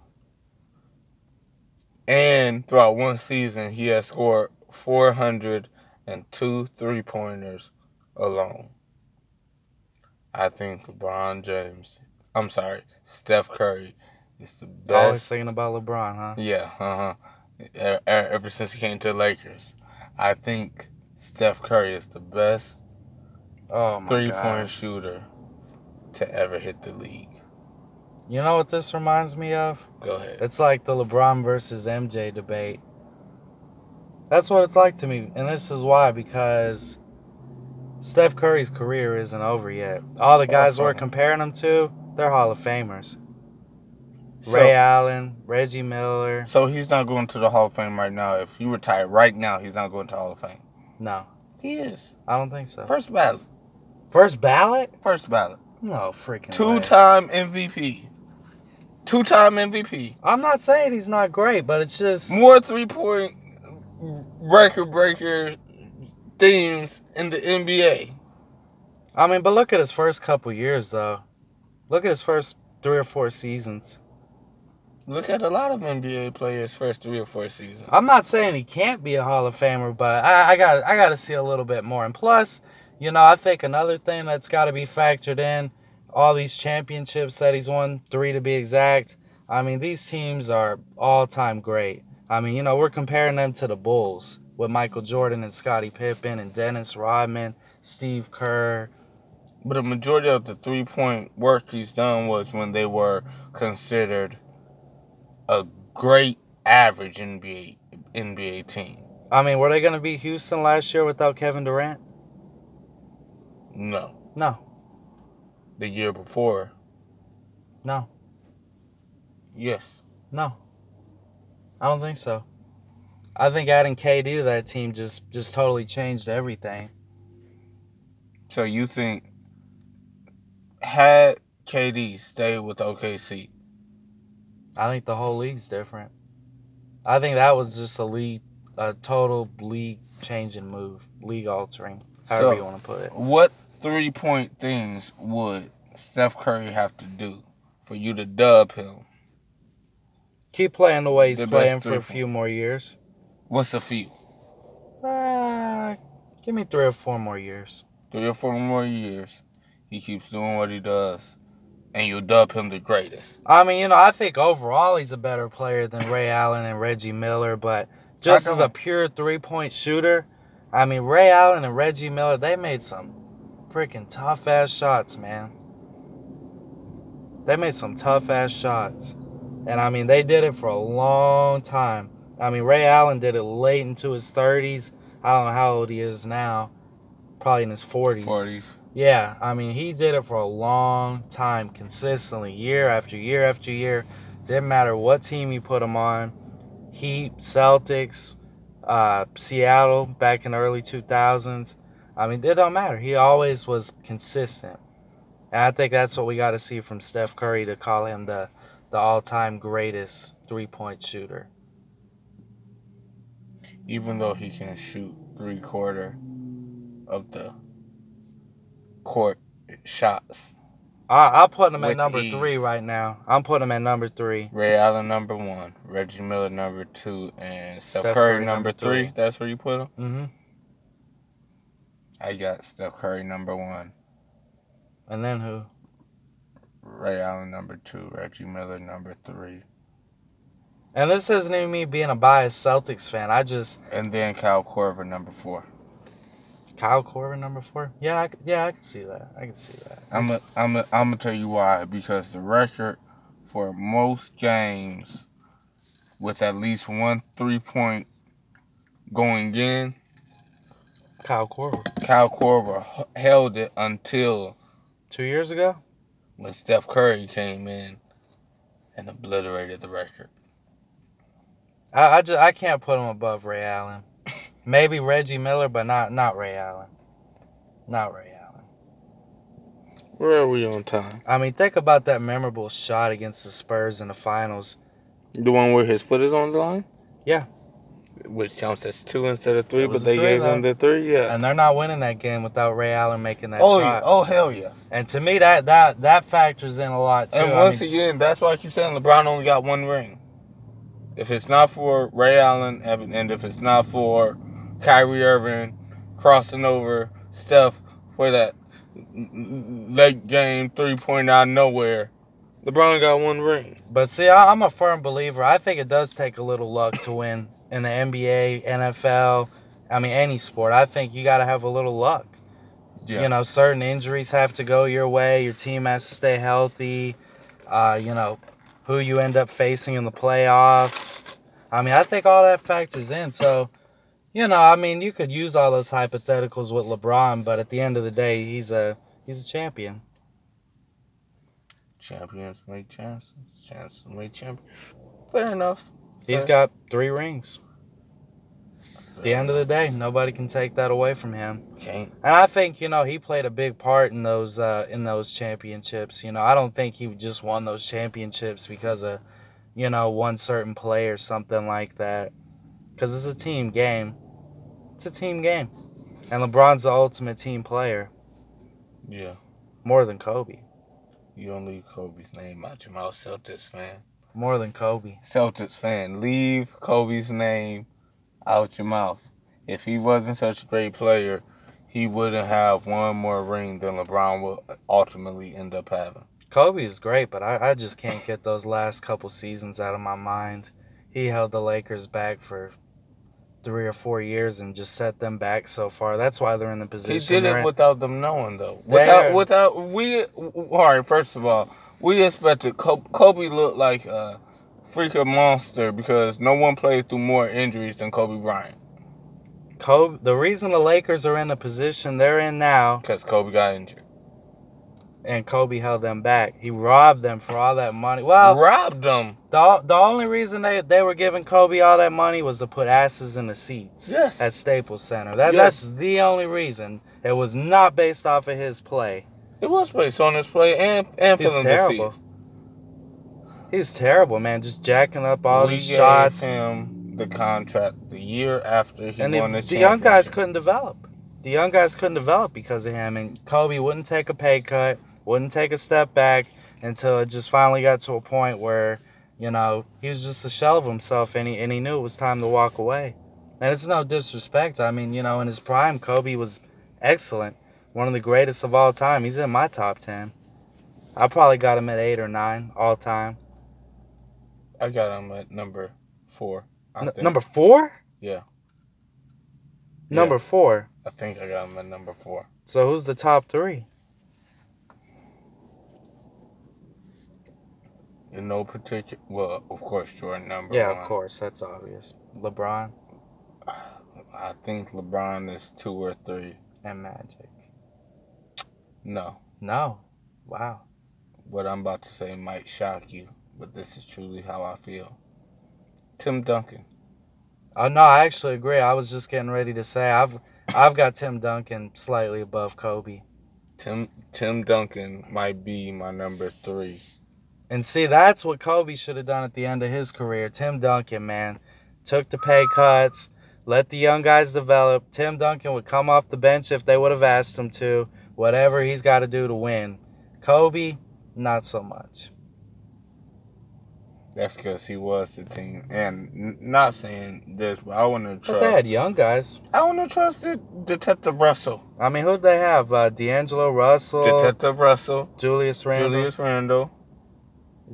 Speaker 1: And throughout one season, he has scored 402 three pointers alone. I think LeBron James, I'm sorry, Steph Curry is the
Speaker 3: always
Speaker 1: best.
Speaker 3: thinking about lebron huh
Speaker 1: Yeah, uh huh. Ever since he came to the Lakers, I think Steph Curry is the best
Speaker 3: oh my
Speaker 1: three
Speaker 3: God.
Speaker 1: point shooter to ever hit the league.
Speaker 3: You know what this reminds me of?
Speaker 1: Go ahead.
Speaker 3: It's like the LeBron versus MJ debate. That's what it's like to me. And this is why because Steph Curry's career isn't over yet. All the guys we're comparing him to, they're Hall of Famers. Ray
Speaker 1: So,
Speaker 3: Allen, Reggie Miller.
Speaker 1: so he's not going to the Hall of Fame right now. If you retire right now, he's not going to Hall of Fame.
Speaker 3: No,
Speaker 1: He is
Speaker 3: I don't think so.
Speaker 1: first ballot.
Speaker 3: First ballot?
Speaker 1: First ballot.
Speaker 3: No freaking
Speaker 1: Two
Speaker 3: way.
Speaker 1: time MVP. Two time MVP.
Speaker 3: I'm not saying he's not great, but it's just
Speaker 1: More three point record breaker themes in the NBA.
Speaker 3: I mean, but look at his first couple years though. Look at his first 3 or 4 seasons.
Speaker 1: Look at a lot of NBA players' first three or four seasons.
Speaker 3: I'm not saying he can't be a Hall of Famer, but I, I got I got to see a little bit more. And plus, you know, I think another thing that's got to be factored in all these championships that he's won, three to be exact. I mean, these teams are all time great. I mean, you know, we're comparing them to the Bulls with Michael Jordan and Scottie Pippen and Dennis Rodman, Steve Kerr.
Speaker 1: But the majority of the three point work he's done was when they were considered a great average NBA NBA team.
Speaker 3: I mean, were they going to beat Houston last year without Kevin Durant?
Speaker 1: No.
Speaker 3: No,
Speaker 1: The year before,
Speaker 3: no,
Speaker 1: yes.
Speaker 3: No, I don't think so. I think adding KD to that team just just totally changed everything.
Speaker 1: So you think had KD stayed with OKC,
Speaker 3: I think the whole league's different. I think that was just a league, a total league changing move, league altering, however
Speaker 1: So-
Speaker 3: you want to put it.
Speaker 1: what three point things would Steph Curry have to do for you to dub him?
Speaker 3: Keep playing the way he's
Speaker 1: The best
Speaker 3: playing for
Speaker 1: three
Speaker 3: a few more years.
Speaker 1: What's a few?
Speaker 3: Uh, Give me three or four more years.
Speaker 1: Three or four more years, he keeps doing what he does, and you'll dub him the greatest.
Speaker 3: I mean, you know, I think overall he's a better player than Ray Allen and Reggie Miller, but just
Speaker 1: I
Speaker 3: as
Speaker 1: don't-
Speaker 3: a pure three point shooter, I mean, Ray Allen and Reggie Miller, they made some freaking tough ass shots, man. They made some tough ass shots. And I mean, they did it for a long time. I mean, Ray Allen did it late into his 30s. I don't know how old he is now. Probably in his 40s.
Speaker 1: Forties.
Speaker 3: Yeah, I mean, he did it for a long time, consistently, year after year after year. Didn't matter what team you put him on. Heat, Celtics, uh, Seattle back in the early 2000s. I mean, it don't matter. He always was consistent. And I think that's what we got to see from Steph Curry to call him the, the all time greatest three point shooter.
Speaker 1: Even though he can shoot three quarter of the court shots,
Speaker 3: I, I'm putting him at
Speaker 1: With
Speaker 3: number
Speaker 1: ease.
Speaker 3: three right now. I'm putting him at number three.
Speaker 1: Ray Allen number one, Reggie Miller number two, and Steph,
Speaker 3: Steph
Speaker 1: Curry,
Speaker 3: Curry
Speaker 1: number
Speaker 3: number
Speaker 1: three.
Speaker 3: three.
Speaker 1: That's where you put him.
Speaker 3: Mm hmm.
Speaker 1: I got Steph Curry number one,
Speaker 3: And then who?
Speaker 1: Ray Allen number two, Reggie Miller number three,
Speaker 3: And this isn't even me being a biased Celtics fan. I just
Speaker 1: and then Kyle Corver number four.
Speaker 3: Kyle Corver number four. Yeah, I, c- yeah, I can see that. I can see that.
Speaker 1: I'm i I'm i am I'm gonna tell you why because the record for most games with at least one three point going in,
Speaker 3: Kyle Corver.
Speaker 1: Kyle Corver h- held it until
Speaker 3: Two years ago.
Speaker 1: when Steph Curry came in and obliterated the record.
Speaker 3: I, I just I can't put him above Ray Allen. Maybe Reggie Miller, but not not Ray Allen. Not Ray Allen.
Speaker 1: Where are we on time?
Speaker 3: I mean, think about that memorable shot against the Spurs in the finals.
Speaker 1: The one where his foot is on the line?
Speaker 3: Yeah.
Speaker 1: Which counts as two instead of three,
Speaker 3: It was
Speaker 1: but
Speaker 3: a
Speaker 1: they
Speaker 3: three,
Speaker 1: gave
Speaker 3: though.
Speaker 1: him the three, yeah.
Speaker 3: And they're not winning that game without Ray Allen making that
Speaker 1: Oh, yeah.
Speaker 3: shot.
Speaker 1: oh, hell yeah.
Speaker 3: And to me, that that that factors in a lot too.
Speaker 1: And
Speaker 3: I
Speaker 1: once
Speaker 3: mean,
Speaker 1: again, that's why I keep saying LeBron only got one ring. If it's not for Ray Allen, and and if it's not for Kyrie Irving crossing over Steph for that late game three point out of nowhere, LeBron got one ring.
Speaker 3: But see, I, I'm a firm believer. I think it does take a little luck to win in the NBA, NFL. I mean, any sport. I think you got to have a little luck.
Speaker 1: Yeah.
Speaker 3: You know, certain injuries have to go your way. Your team has to stay healthy. Uh, you know, who you end up facing in the playoffs. I mean, I think all that factors in. So, you know, I mean, you could use all those hypotheticals with LeBron, but at the end of the day, he's a he's a champion.
Speaker 1: Champions make chances. Chances make champions. Fair enough.
Speaker 3: He's
Speaker 1: Fair.
Speaker 3: got three rings. At the end of the day, nobody can take that away from him.
Speaker 1: Can't.
Speaker 3: And I think you know he played a big part in those uh, in those championships. You know, I don't think he just won those championships because of you know one certain play or something like that. Because it's a team game. It's a team game, and LeBron's the ultimate team player,
Speaker 1: Yeah.
Speaker 3: more than Kobe,
Speaker 1: You don't leave Kobe's name out your mouth, Celtics fan.
Speaker 3: more than Kobe.
Speaker 1: Celtics fan. Leave Kobe's name out your mouth. If he wasn't such a great player, he wouldn't have one more ring than LeBron will ultimately end up having.
Speaker 3: Kobe is great, but I, I just can't get those last couple seasons out of my mind. He held the Lakers back for three or four years and just set them back so far. That's why they're in the
Speaker 1: He
Speaker 3: position.
Speaker 1: did
Speaker 3: they're
Speaker 1: it
Speaker 3: in.
Speaker 1: without them knowing, though.
Speaker 3: There.
Speaker 1: Without, without we. All right. First of all, we expected Ko- Kobe looked like a freaking monster because no one played through more injuries than Kobe Bryant
Speaker 3: Kobe. The reason the Lakers are in the position they're in now,
Speaker 1: because Kobe got injured.
Speaker 3: and Kobe held them back. He robbed them for all that money. Well,
Speaker 1: Robbed them.
Speaker 3: the, the only reason they, they were giving Kobe all that money was to put asses in the seats
Speaker 1: Yes.
Speaker 3: at Staples Center. That
Speaker 1: Yes.
Speaker 3: that's the only reason. It was not based off of his play.
Speaker 1: It was based on his play and and
Speaker 3: He's
Speaker 1: feeling
Speaker 3: terrible.
Speaker 1: deceased.
Speaker 3: He was terrible, man. Just jacking up all
Speaker 1: we
Speaker 3: these
Speaker 1: gave
Speaker 3: shots,
Speaker 1: him the contract the year after he
Speaker 3: and
Speaker 1: won
Speaker 3: the,
Speaker 1: the,
Speaker 3: the young guys
Speaker 1: championship.
Speaker 3: couldn't develop. The young guys couldn't develop because of him, and Kobe wouldn't take a pay cut, wouldn't take a step back until it just finally got to a point where, you know, he was just a shell of himself, and he and he knew it was time to walk away. And it's no disrespect. I mean, you know, in his prime, Kobe was excellent, one of the greatest of all time. He's in my top ten. I probably got him at eight or nine all time.
Speaker 1: I got him at number four. I
Speaker 3: N-
Speaker 1: think.
Speaker 3: number four.
Speaker 1: Yeah.
Speaker 3: Number four.
Speaker 1: I think I got him at number four.
Speaker 3: So who's the top three?
Speaker 1: In no particular. Well, of course, Jordan number
Speaker 3: Yeah,
Speaker 1: one.
Speaker 3: of course. That's obvious. LeBron
Speaker 1: I think LeBron is two or three.
Speaker 3: and Magic.
Speaker 1: No.
Speaker 3: No. Wow.
Speaker 1: What I'm about to say might shock you, but this is truly how I feel. Tim Duncan.
Speaker 3: Oh no, I actually agree. I was just getting ready to say I've I've got Tim Duncan slightly above Kobe.
Speaker 1: Tim Tim Duncan might be my number three.
Speaker 3: And see, that's what Kobe should have done at the end of his career. Tim Duncan, man, took the pay cuts, let the young guys develop. Tim Duncan would come off the bench if they would have asked him to, whatever he's got to do to win. Kobe, not so much.
Speaker 1: That's because he was the team. And n- not saying this, but I want to
Speaker 3: But they had
Speaker 1: trust.
Speaker 3: young guys.
Speaker 1: I want to trust Det- Detective Russell.
Speaker 3: I mean, who'd they have? Uh, D'Angelo Russell,
Speaker 1: Detective Russell,
Speaker 3: Julius Randle.
Speaker 1: Julius Randle.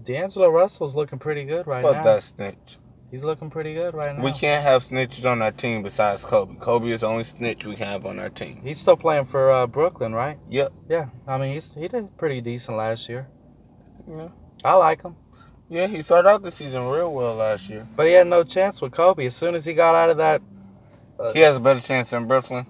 Speaker 3: D'Angelo Russell's looking pretty good right
Speaker 1: Fuck
Speaker 3: now.
Speaker 1: that snitch.
Speaker 3: He's looking pretty good right now.
Speaker 1: We can't have snitches on our team besides Kobe. Kobe is the only snitch we can have on our team.
Speaker 3: He's still playing for uh, Brooklyn, right?
Speaker 1: Yep.
Speaker 3: Yeah. I mean, he's he did pretty decent last year.
Speaker 1: Yeah.
Speaker 3: I like him.
Speaker 1: Yeah, he started out the season real well last year.
Speaker 3: But he had no chance with Kobe. As soon as he got out of that, uh,
Speaker 1: He has a better chance in Brooklyn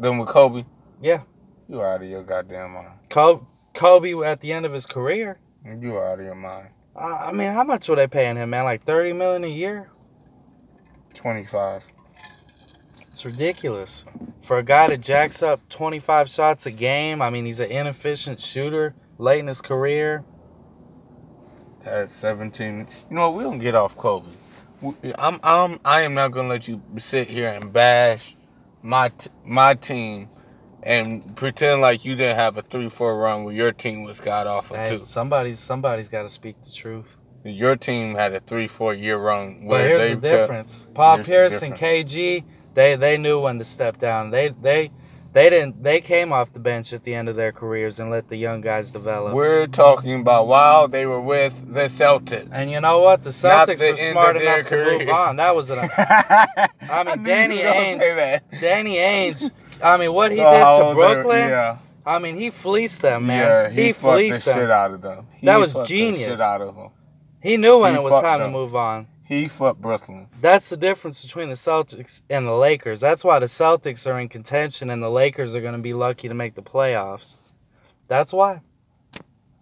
Speaker 1: than with Kobe.
Speaker 3: yeah,
Speaker 1: You out of your goddamn mind.
Speaker 3: Kobe, Kobe at the end of his career. Uh,
Speaker 1: You out of your mind.
Speaker 3: I I mean, how much were they paying him, man? Like thirty million a year?
Speaker 1: 25.
Speaker 3: It's ridiculous for a guy that jacks up twenty five shots a game. I mean, he's an inefficient shooter late in his career.
Speaker 1: Had 17. You know what? We don't get off Kobe. We- I'm I'm I am not gonna let you sit here and bash my t- my team and pretend like you didn't have a three four run where your team was got off of
Speaker 3: Hey,
Speaker 1: two.
Speaker 3: somebody's somebody's got to speak the truth.
Speaker 1: Your team had a three four year run where
Speaker 3: But here's
Speaker 1: they
Speaker 3: the
Speaker 1: kept-
Speaker 3: difference: Paul
Speaker 1: Here's the
Speaker 3: Pierce and
Speaker 1: difference.
Speaker 3: KG, they they knew when to step down. They they they didn't. They came off the bench at the end of their careers and let the young guys develop.
Speaker 1: We're talking about while they were with the Celtics.
Speaker 3: And you know what? The
Speaker 1: Not
Speaker 3: Celtics
Speaker 1: the
Speaker 3: were
Speaker 1: end
Speaker 3: smart
Speaker 1: of their
Speaker 3: enough to move
Speaker 1: career.
Speaker 3: on. That was an.
Speaker 1: I
Speaker 3: I
Speaker 1: knew you
Speaker 3: mean, Danny
Speaker 1: were gonna say
Speaker 3: Ainge.
Speaker 1: that.
Speaker 3: Danny Ainge. I mean, what he
Speaker 1: So
Speaker 3: did
Speaker 1: how
Speaker 3: to
Speaker 1: old they-
Speaker 3: Brooklyn.
Speaker 1: yeah,
Speaker 3: I mean, he fleeced them, man.
Speaker 1: yeah,
Speaker 3: he
Speaker 1: he, fucked the
Speaker 3: fleeced
Speaker 1: shit
Speaker 3: them.
Speaker 1: out of them. He
Speaker 3: That was
Speaker 1: fucked the
Speaker 3: genius.
Speaker 1: shit out of them.
Speaker 3: He knew when
Speaker 1: He
Speaker 3: it was
Speaker 1: fucked
Speaker 3: time
Speaker 1: them.
Speaker 3: to move on.
Speaker 1: He fucked Brooklyn.
Speaker 3: That's the difference between the Celtics and the Lakers. That's why the Celtics are in contention and the Lakers are going to be lucky to make the playoffs. That's why.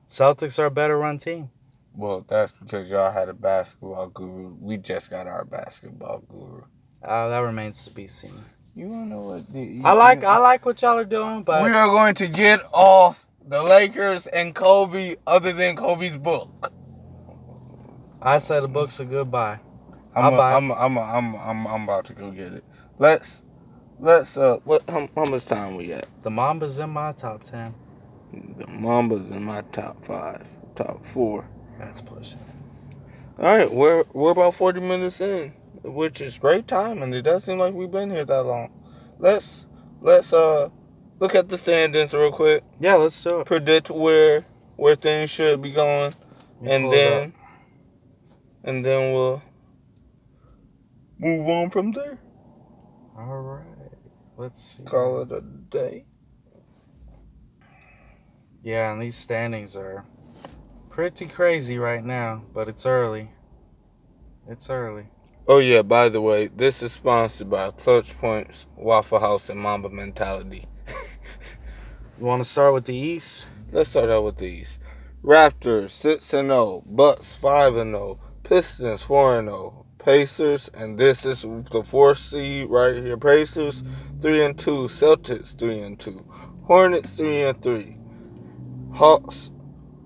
Speaker 3: Celtics are a better run team.
Speaker 1: Well, that's because y'all had a basketball guru. We just got our basketball guru.
Speaker 3: Uh, that remains to be seen.
Speaker 1: You wanna know what? The,
Speaker 3: I like I like what y'all are doing, but
Speaker 1: We are going to get off the Lakers and Kobe, other than Kobe's book.
Speaker 3: I say the book's a goodbye.
Speaker 1: I'm
Speaker 3: I'll buy it.
Speaker 1: a, I'm a, I'm a, I'm a, I'm I'm about to go get it. Let's let's uh what how, how much time we at?
Speaker 3: The Mamba's in my top 10.
Speaker 1: The Mambas in my top five, top four.
Speaker 3: That's pushing. it.
Speaker 1: All right, we're we're about forty minutes in, which is great time, and it does seem like we've been here that long. Let's let's uh look at the standings real quick,
Speaker 3: Yeah, let's do it.
Speaker 1: predict where where things should be going, and
Speaker 3: pull it
Speaker 1: then and then we'll move on from there.
Speaker 3: All right. Let's see.
Speaker 1: Call it a day.
Speaker 3: Yeah, and these standings are pretty crazy right now, but it's early. It's early.
Speaker 1: Oh yeah, by the way, this is sponsored by Clutch Points, Waffle House, and Mamba Mentality.
Speaker 3: You want to start with the East?
Speaker 1: Let's start out with these. Raptors six and zero, Bucks five and zero, Pistons four and zero, Pacers and this is the fourth seed right here. Pacers three and two, Celtics three and two, Hornets three and three, Hawks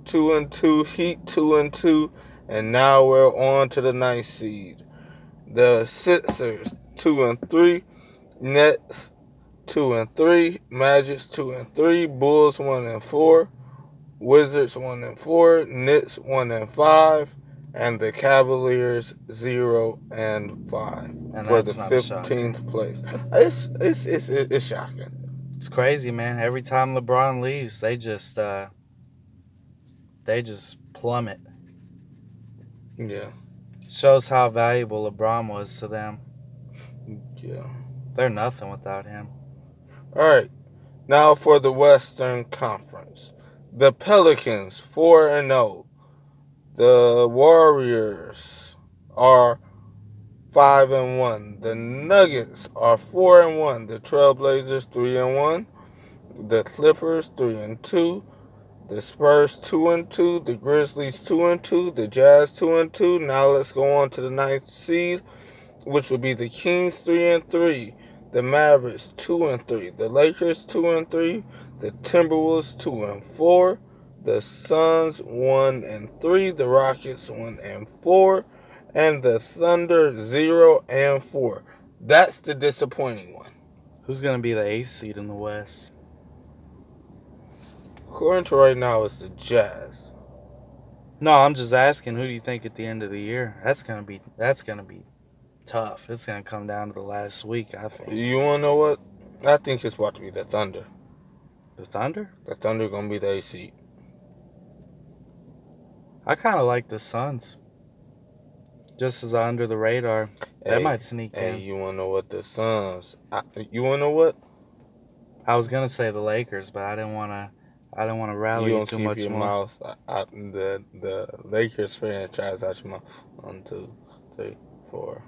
Speaker 1: two and two, Heat two and two, and now we're on to the ninth seed. The Sixers two and three, Nets two and three, Magic's two and three, Bulls one and four. Wizards one and four, Knicks one and five, and the Cavaliers zero and five
Speaker 3: And
Speaker 1: for the
Speaker 3: that's not a shock.
Speaker 1: fifteenth place. It's it's it's it's shocking.
Speaker 3: It's crazy, man. Every time LeBron leaves, they just uh they just plummet.
Speaker 1: Yeah,
Speaker 3: Shows how valuable LeBron was to them.
Speaker 1: yeah.
Speaker 3: They're nothing without him.
Speaker 1: All right. Now for the Western Conference. The Pelicans 4 and 0. The Warriors are 5 and 1. The Nuggets are 4 and 1. The Trailblazers 3 and 1. The Clippers 3 and 2. The Spurs 2 and 2. The Grizzlies 2 and 2. The Jazz 2 and 2. Now let's go on to the ninth seed, which would be the Kings 3 and 3 the Mavericks two and three, the Lakers two and three, the Timberwolves two and four, the Suns one and three, the Rockets one and four, and the Thunder zero and four. That's the disappointing one.
Speaker 3: Who's gonna be the eighth seed in the West?
Speaker 1: According to right now, it's the Jazz.
Speaker 3: No, I'm just asking. Who do you think at the end of the year? That's gonna be that's gonna be tough. It's gonna come down to the last week. I think
Speaker 1: You wanna know what? I think it's about to be the Thunder.
Speaker 3: the Thunder.
Speaker 1: The Thunder gonna be the eighth seed.
Speaker 3: I kind of like the Suns. Just as under the radar, they
Speaker 1: Hey,
Speaker 3: might sneak
Speaker 1: Hey,
Speaker 3: in.
Speaker 1: you wanna know what the Suns? I, you wanna know what?
Speaker 3: I was gonna say the Lakers, but I didn't wanna. I didn't want to rally
Speaker 1: you
Speaker 3: you
Speaker 1: don't
Speaker 3: too
Speaker 1: keep
Speaker 3: much
Speaker 1: your
Speaker 3: more.
Speaker 1: mouth out, out- the the Lakers franchise out your mouth. One, two, three, four.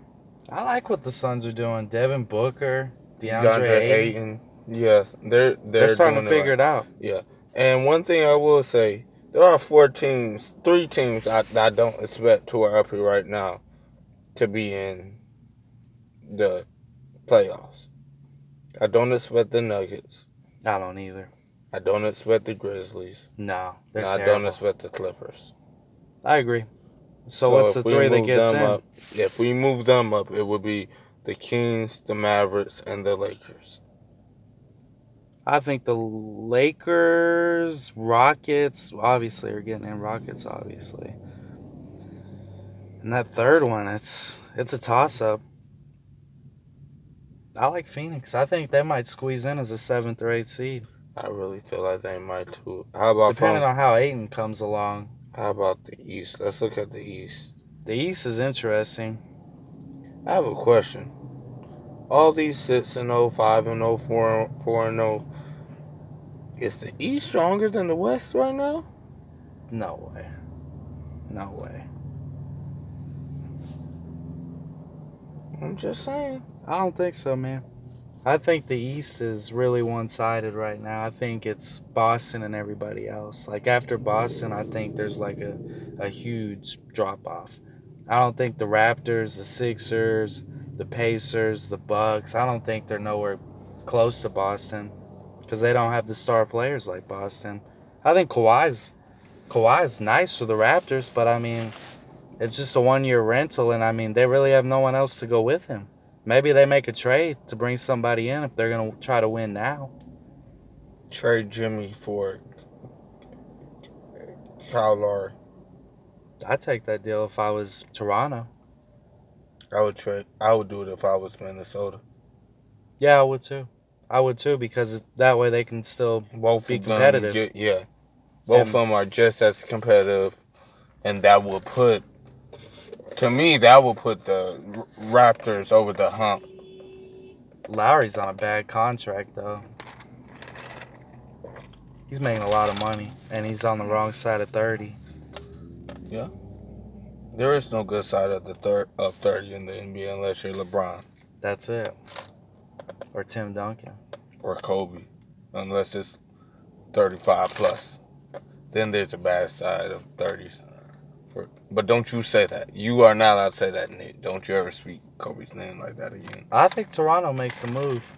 Speaker 3: I like what the Suns are doing. Devin Booker, DeAndre,
Speaker 1: DeAndre
Speaker 3: Ayton.
Speaker 1: Ayton. Yes, they're they're,
Speaker 3: They're, starting
Speaker 1: doing
Speaker 3: to figure
Speaker 1: right.
Speaker 3: it out.
Speaker 1: Yeah, and one thing I will say, there are four teams, three teams I, that I don't expect who are up here right now to be in the playoffs. I don't expect the Nuggets.
Speaker 3: I don't either.
Speaker 1: I don't expect the Grizzlies.
Speaker 3: No, they're
Speaker 1: And I
Speaker 3: terrible.
Speaker 1: don't expect the Clippers.
Speaker 3: I agree. So, what's the
Speaker 1: if we
Speaker 3: three that
Speaker 1: move
Speaker 3: gets in?
Speaker 1: them Up, if we move them up, it would be the Kings, the Mavericks, and the Lakers.
Speaker 3: I think the Lakers, Rockets, obviously are getting in Rockets, obviously. And that third one, it's it's a toss up. I like Phoenix. I think they might squeeze in as a seventh or eighth seed,
Speaker 1: I really feel like they might too. How about
Speaker 3: depending
Speaker 1: from-
Speaker 3: on how Ayton comes along.
Speaker 1: how about the East? Let's look at the East.
Speaker 3: The East is interesting.
Speaker 1: I have a question. All these six and 0, 5 and 0, 4 and 4 and 0. Is the East stronger than the West right now?
Speaker 3: No way. No way.
Speaker 1: I'm just saying.
Speaker 3: I don't think so, man. I think the East is really one sided right now. I think it's Boston and everybody else. Like after Boston, I think there's like a, a huge drop off. I don't think the Raptors, the Sixers, the Pacers, the Bucks, I don't think they're nowhere close to Boston because they don't have the star players like Boston. I think Kawhi's Kawhi's nice for the Raptors, but I mean, it's just a one year rental, and I mean, they really have no one else to go with him. Maybe they make a trade to bring somebody in if they're going to try to win now.
Speaker 1: Trade Jimmy for Kyle Lowry.
Speaker 3: I'd take that deal if I was Toronto.
Speaker 1: I would trade. I would do it if I was Minnesota.
Speaker 3: Yeah, I would too. I would too because that way they can still.
Speaker 1: both
Speaker 3: Be
Speaker 1: of them
Speaker 3: competitive.
Speaker 1: get- yeah, both of
Speaker 3: And-
Speaker 1: them are just as competitive, and that will put, to me, that will put the R- Raptors over the hump.
Speaker 3: Lowry's on a bad contract though. He's making a lot of money and he's on the wrong side of 30.
Speaker 1: Yeah, there is no good side of the third of thirty in the NBA unless you're LeBron
Speaker 3: That's it. Or Tim Duncan.
Speaker 1: or Kobe, unless it's thirty-five plus. Then there's a bad side of thirties. For- But don't you say that. You are not allowed to say that, Nick. Don't you ever speak Kobe's name like that again.
Speaker 3: I think Toronto makes a move.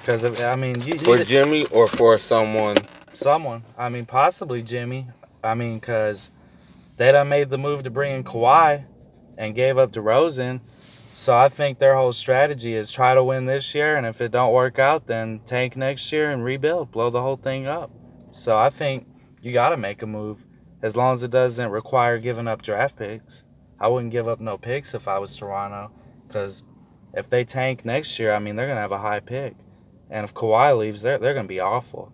Speaker 3: Because, I mean, you,
Speaker 1: For
Speaker 3: you-
Speaker 1: Jimmy or for someone
Speaker 3: someone. I mean, possibly Jimmy. I mean, because they done made the move to bring in Kawhi and gave up DeRozan. So I think their whole strategy is try to win this year, and if it don't work out, then tank next year and rebuild, blow the whole thing up. So I think you got to make a move, as long as it doesn't require giving up draft picks. I wouldn't give up no picks if I was Toronto, because if they tank next year, I mean they're gonna have a high pick, and if Kawhi leaves, they're they're gonna be awful.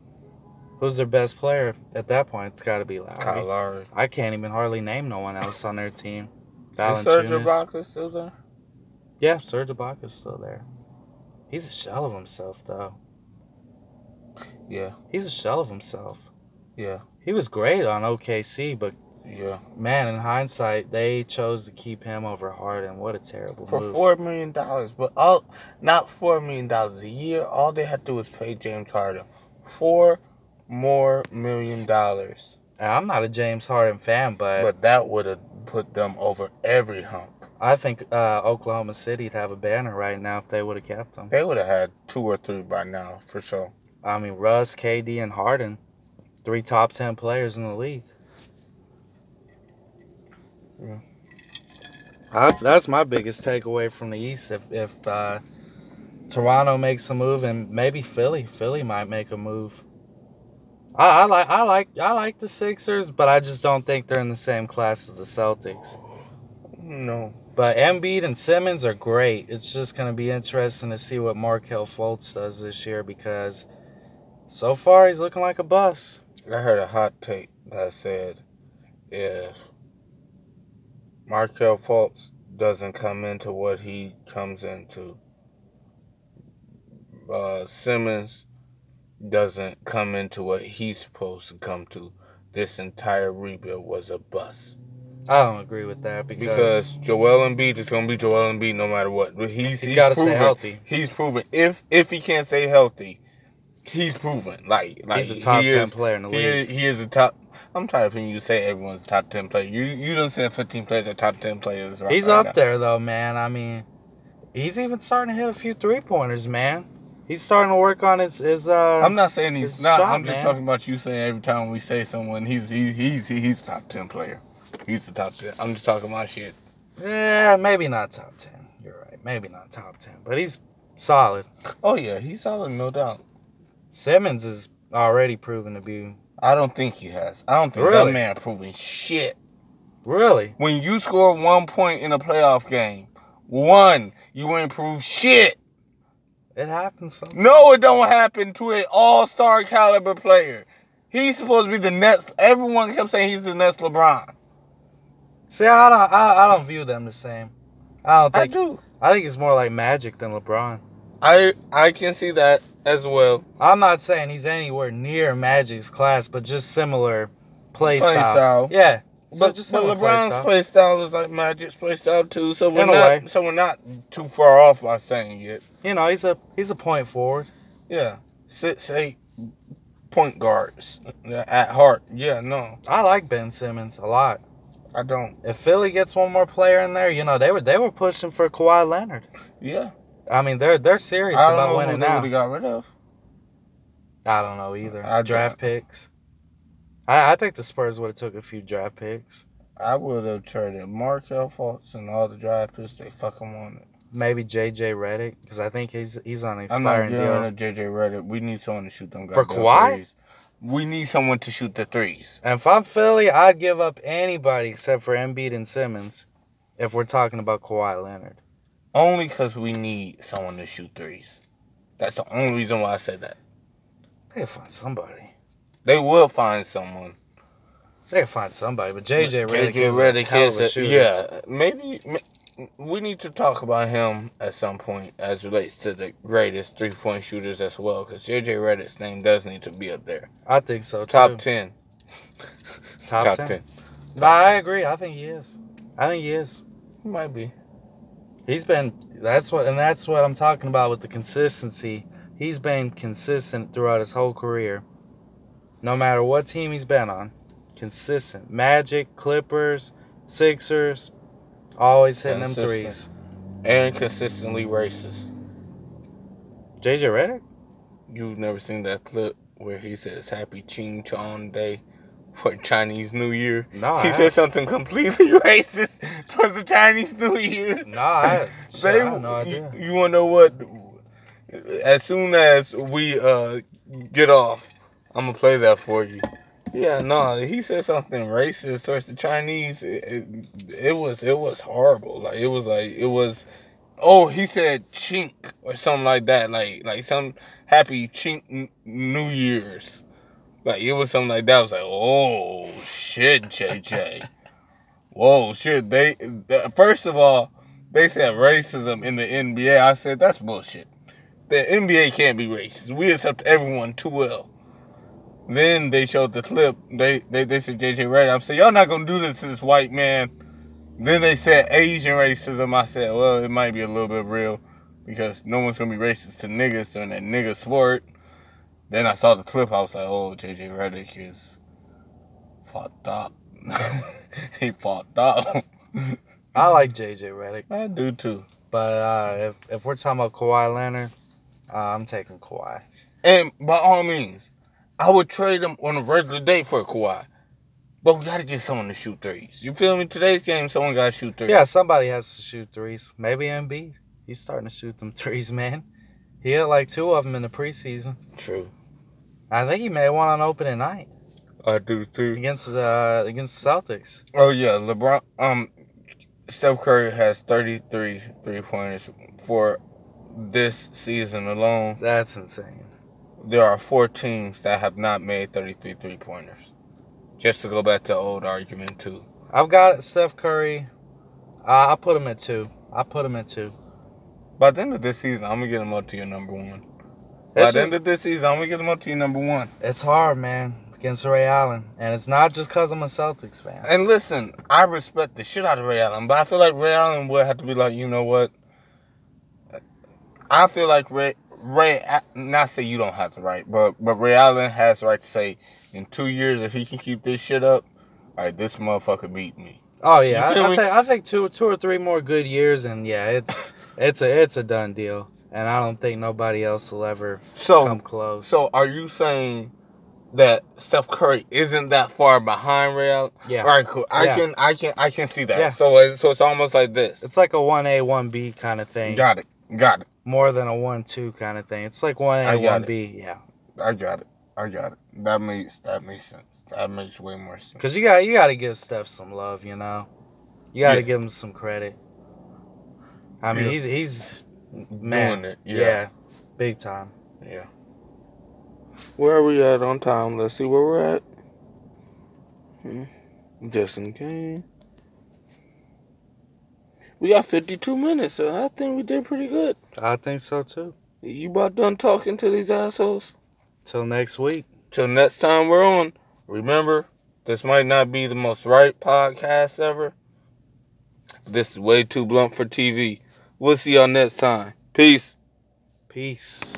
Speaker 3: Who's their best player at that point? It's got to be Lowry.
Speaker 1: Kyle Lowry.
Speaker 3: I can't even hardly name no one else on their team.
Speaker 1: Is Serge
Speaker 3: Valanciunas.
Speaker 1: Ibaka still there?
Speaker 3: Yeah, Serge Ibaka's still there. He's a shell of himself, though.
Speaker 1: Yeah,
Speaker 3: He's a shell of himself.
Speaker 1: yeah,
Speaker 3: He was great on OKC, but
Speaker 1: yeah.
Speaker 3: man, in hindsight, they chose to keep him over Harden. What a terrible
Speaker 1: For
Speaker 3: move.
Speaker 1: four million dollars, but all not four million dollars a year. All they had to do was pay James Harden four more million dollars.
Speaker 3: And I'm not a James Harden fan, but,
Speaker 1: But that would have put them over every hump.
Speaker 3: I think uh, Oklahoma City'd have a banner right now if they would have kept him.
Speaker 1: They would have had two or three by now for sure.
Speaker 3: I mean, Russ, KD, and Harden, three top ten players in the league. Yeah. I, that's my biggest takeaway from the East. If if uh, Toronto makes a move, and maybe Philly, Philly might make a move. I, I like I like I like the Sixers, but I just don't think they're in the same class as the Celtics.
Speaker 1: No,
Speaker 3: But Embiid and Simmons are great. It's just going to be interesting to see what Markel Fultz does this year because so far he's looking like a bust.
Speaker 1: I heard a hot take that said if Markel Fultz doesn't come into what he comes into, uh, Simmons doesn't come into what he's supposed to come to, this entire rebuild was a bust.
Speaker 3: I don't agree with that
Speaker 1: Because
Speaker 3: because,
Speaker 1: Joel Embiid is gonna be Joel Embiid no matter what. But He's, he's
Speaker 3: gotta stay
Speaker 1: proven,
Speaker 3: healthy.
Speaker 1: He's proven if if he can't stay healthy, he's proven. Like like
Speaker 3: He's a top
Speaker 1: he
Speaker 3: 10
Speaker 1: is-
Speaker 3: player in the
Speaker 1: he Is,
Speaker 3: league.
Speaker 1: he is a top. I'm tired of hearing you say everyone's top ten player. You you done said 15 players are top 10 players. Right
Speaker 3: he's
Speaker 1: right
Speaker 3: up
Speaker 1: now.
Speaker 3: there though, man. I mean, he's even starting to hit a few three pointers, man. He's starting to work on his his. Uh,
Speaker 1: I'm not saying he's
Speaker 3: His
Speaker 1: not.
Speaker 3: shot,
Speaker 1: I'm just
Speaker 3: man.
Speaker 1: talking about you saying every time we say someone he's he, he's he's top 10 player. He's the top 10. I'm just talking my shit.
Speaker 3: Yeah, eh, maybe not top ten. You're right. Maybe not top ten, but he's solid.
Speaker 1: Oh yeah, he's solid, no doubt.
Speaker 3: Simmons is already proven to be
Speaker 1: I don't think he has. I don't think
Speaker 3: Really?
Speaker 1: that man proven shit.
Speaker 3: really.
Speaker 1: When you score one point in a playoff game, one, you ain't prove shit.
Speaker 3: It happens sometimes.
Speaker 1: No, it don't happen to an all-star caliber player. He's supposed to be the next. Everyone kept saying he's the next LeBron.
Speaker 3: See, I don't, I, I don't view them the same. I don't
Speaker 1: I
Speaker 3: think.
Speaker 1: do.
Speaker 3: I think it's more like Magic than LeBron.
Speaker 1: I I can see that as well.
Speaker 3: I'm not saying he's anywhere near Magic's class, but just similar play,
Speaker 1: Play
Speaker 3: style.
Speaker 1: style.
Speaker 3: Yeah. So
Speaker 1: but,
Speaker 3: just
Speaker 1: but
Speaker 3: similar play
Speaker 1: LeBron's
Speaker 3: style.
Speaker 1: play style is like Magic's play style too. So we're
Speaker 3: In a way.
Speaker 1: not so we're not too far off by saying it.
Speaker 3: You know, he's a he's a point forward.
Speaker 1: Yeah, six eight point guards at heart. Yeah, no,
Speaker 3: I like Ben Simmons a lot.
Speaker 1: I don't.
Speaker 3: If Philly gets one more player in there, you know they were they were pushing for Kawhi Leonard.
Speaker 1: Yeah,
Speaker 3: I mean they're they're serious
Speaker 1: I
Speaker 3: about
Speaker 1: don't know who
Speaker 3: winning
Speaker 1: they
Speaker 3: now.
Speaker 1: would have got rid of.
Speaker 3: I don't know either.
Speaker 1: I don't-
Speaker 3: draft picks. I, I think the Spurs would have took a few draft picks.
Speaker 1: I would have traded Markel Fultz and all the draft picks they fucking wanted.
Speaker 3: Maybe JJ Redick because I think he's he's on an
Speaker 1: I'm not
Speaker 3: expiring
Speaker 1: giving
Speaker 3: deal.
Speaker 1: it to JJ Reddick. We need someone to shoot them guys.
Speaker 3: For Kawhi?
Speaker 1: Threes. We need someone to shoot the threes.
Speaker 3: And if I'm Philly, I'd give up anybody except for Embiid and Simmons if we're talking about Kawhi Leonard.
Speaker 1: Only because we need someone to shoot threes. That's the only reason why I said that.
Speaker 3: They could find somebody.
Speaker 1: They will find someone.
Speaker 3: They could find somebody, but JJ Redick
Speaker 1: JJ
Speaker 3: is a
Speaker 1: Reddick
Speaker 3: hell
Speaker 1: is
Speaker 3: of a
Speaker 1: a,
Speaker 3: shooter.
Speaker 1: yeah. Maybe m- we need to talk about him at some point as relates to the greatest three point shooters as well. Because JJ Reddick's name does need to be up there,
Speaker 3: I think so too.
Speaker 1: top ten.
Speaker 3: Top,
Speaker 1: Top
Speaker 3: ten.
Speaker 1: ten.
Speaker 3: No, I agree. I think he is. I think he is.
Speaker 1: Might be.
Speaker 3: He's been. That's what, and that's what I'm talking about with the consistency. He's been consistent throughout his whole career. No matter what team he's been on, consistent. Magic, Clippers, Sixers, always hitting them
Speaker 1: Consistent.
Speaker 3: threes.
Speaker 1: and consistently racist.
Speaker 3: JJ Redick?
Speaker 1: You've never seen that clip where he says "Happy Ching Chong Day" for Chinese New Year.
Speaker 3: No, I
Speaker 1: he said something completely racist towards the Chinese New Year.
Speaker 3: No, I, shit, I
Speaker 1: They-
Speaker 3: have no
Speaker 1: you-
Speaker 3: idea.
Speaker 1: You, wanna know what? As soon as we uh, get off, I'm gonna play that for you. Yeah, no, he said something racist towards the Chinese. It, it, it was it was horrible. Like it was like it was. Oh, he said chink or something like that. Like like some happy chink n- New Year's. Like it was something like that. I was like, oh shit, JJ. Whoa, shit. They th- first of all, they said racism in the NBA. I said that's bullshit. The NBA can't be racist. We accept everyone too well. Then they showed the clip. They they, they said JJ Redick. I'm saying y'all not gonna do this to this white man. Then they said Asian racism. I said, well, it might be a little bit real because no one's gonna be racist to niggas during that nigga sport. Then I saw the clip. I was like, oh, JJ Redick is fucked up. he fucked up.
Speaker 3: I like JJ Redick,
Speaker 1: I do too.
Speaker 3: but uh, if if we're talking about Kawhi Leonard, uh, I'm taking Kawhi.
Speaker 1: And by all means, I would trade him on a regular day for Kawhi. But we gotta get someone to shoot threes. You feel me? Today's game, someone gotta shoot threes.
Speaker 3: Yeah, somebody has to shoot threes. Maybe Embiid. He's starting to shoot them threes, man. He hit like two of them in the preseason.
Speaker 1: True.
Speaker 3: I think he made one on opening night
Speaker 1: I do too.
Speaker 3: against uh against the Celtics.
Speaker 1: Oh yeah, LeBron. Um, Steph Curry has 33 three pointers for this season alone.
Speaker 3: That's insane.
Speaker 1: There are four teams that have not made 33 three pointers. Just to go back to old argument too.
Speaker 3: I've got Steph Curry. Uh, I put him at two. I put him at two.
Speaker 1: By the end of this season, I'm gonna get him up to your number one. By
Speaker 3: It's,
Speaker 1: the
Speaker 3: just,
Speaker 1: end of this season, I'm gonna get him up to your number one.
Speaker 3: it's hard, man, against Ray Allen, and it's not just because I'm a Celtics fan.
Speaker 1: And listen, I respect the shit out of Ray Allen, but I feel like Ray Allen would have to be like, you know what? I feel like Ray Ray not say you don't have to right, but but Ray Allen has the right to say in two years if he can keep this shit up, all right, this motherfucker beat me.
Speaker 3: Oh yeah,
Speaker 1: You feel
Speaker 3: I, I
Speaker 1: me?
Speaker 3: think I think two two or three more good years, and yeah, it's it's a it's a done deal, and I don't think nobody else will ever
Speaker 1: So
Speaker 3: come close.
Speaker 1: so are you saying that Steph Curry isn't that far behind Ray Allen?
Speaker 3: Yeah.
Speaker 1: All right, cool. I
Speaker 3: Yeah.
Speaker 1: can I can I can see that.
Speaker 3: Yeah.
Speaker 1: So it's, so it's almost like this.
Speaker 3: it's like a one A one B kind of thing,
Speaker 1: got it. Got it.
Speaker 3: more than a one two kind of thing. It's like one
Speaker 1: I
Speaker 3: A
Speaker 1: got
Speaker 3: one B, yeah.
Speaker 1: I got it. I got it. That makes that makes sense. That makes way more sense.
Speaker 3: Cause you got you got to give Steph some love, you know. You got to
Speaker 1: Yeah.
Speaker 3: give him some credit. I mean,
Speaker 1: Yeah.
Speaker 3: he's he's man,
Speaker 1: Doing it, yeah.
Speaker 3: yeah. big time.
Speaker 1: Yeah. Where are we at on time? Let's see where we're at. Hmm. Just in case. We got 52 minutes, so I think we did pretty good.
Speaker 3: I think so too.
Speaker 1: You about done talking to these assholes?
Speaker 3: Till next week.
Speaker 1: Till next time we're on, remember, this might not be the most right podcast ever. This is way too blunt for TV. We'll see y'all next time. Peace.
Speaker 3: Peace.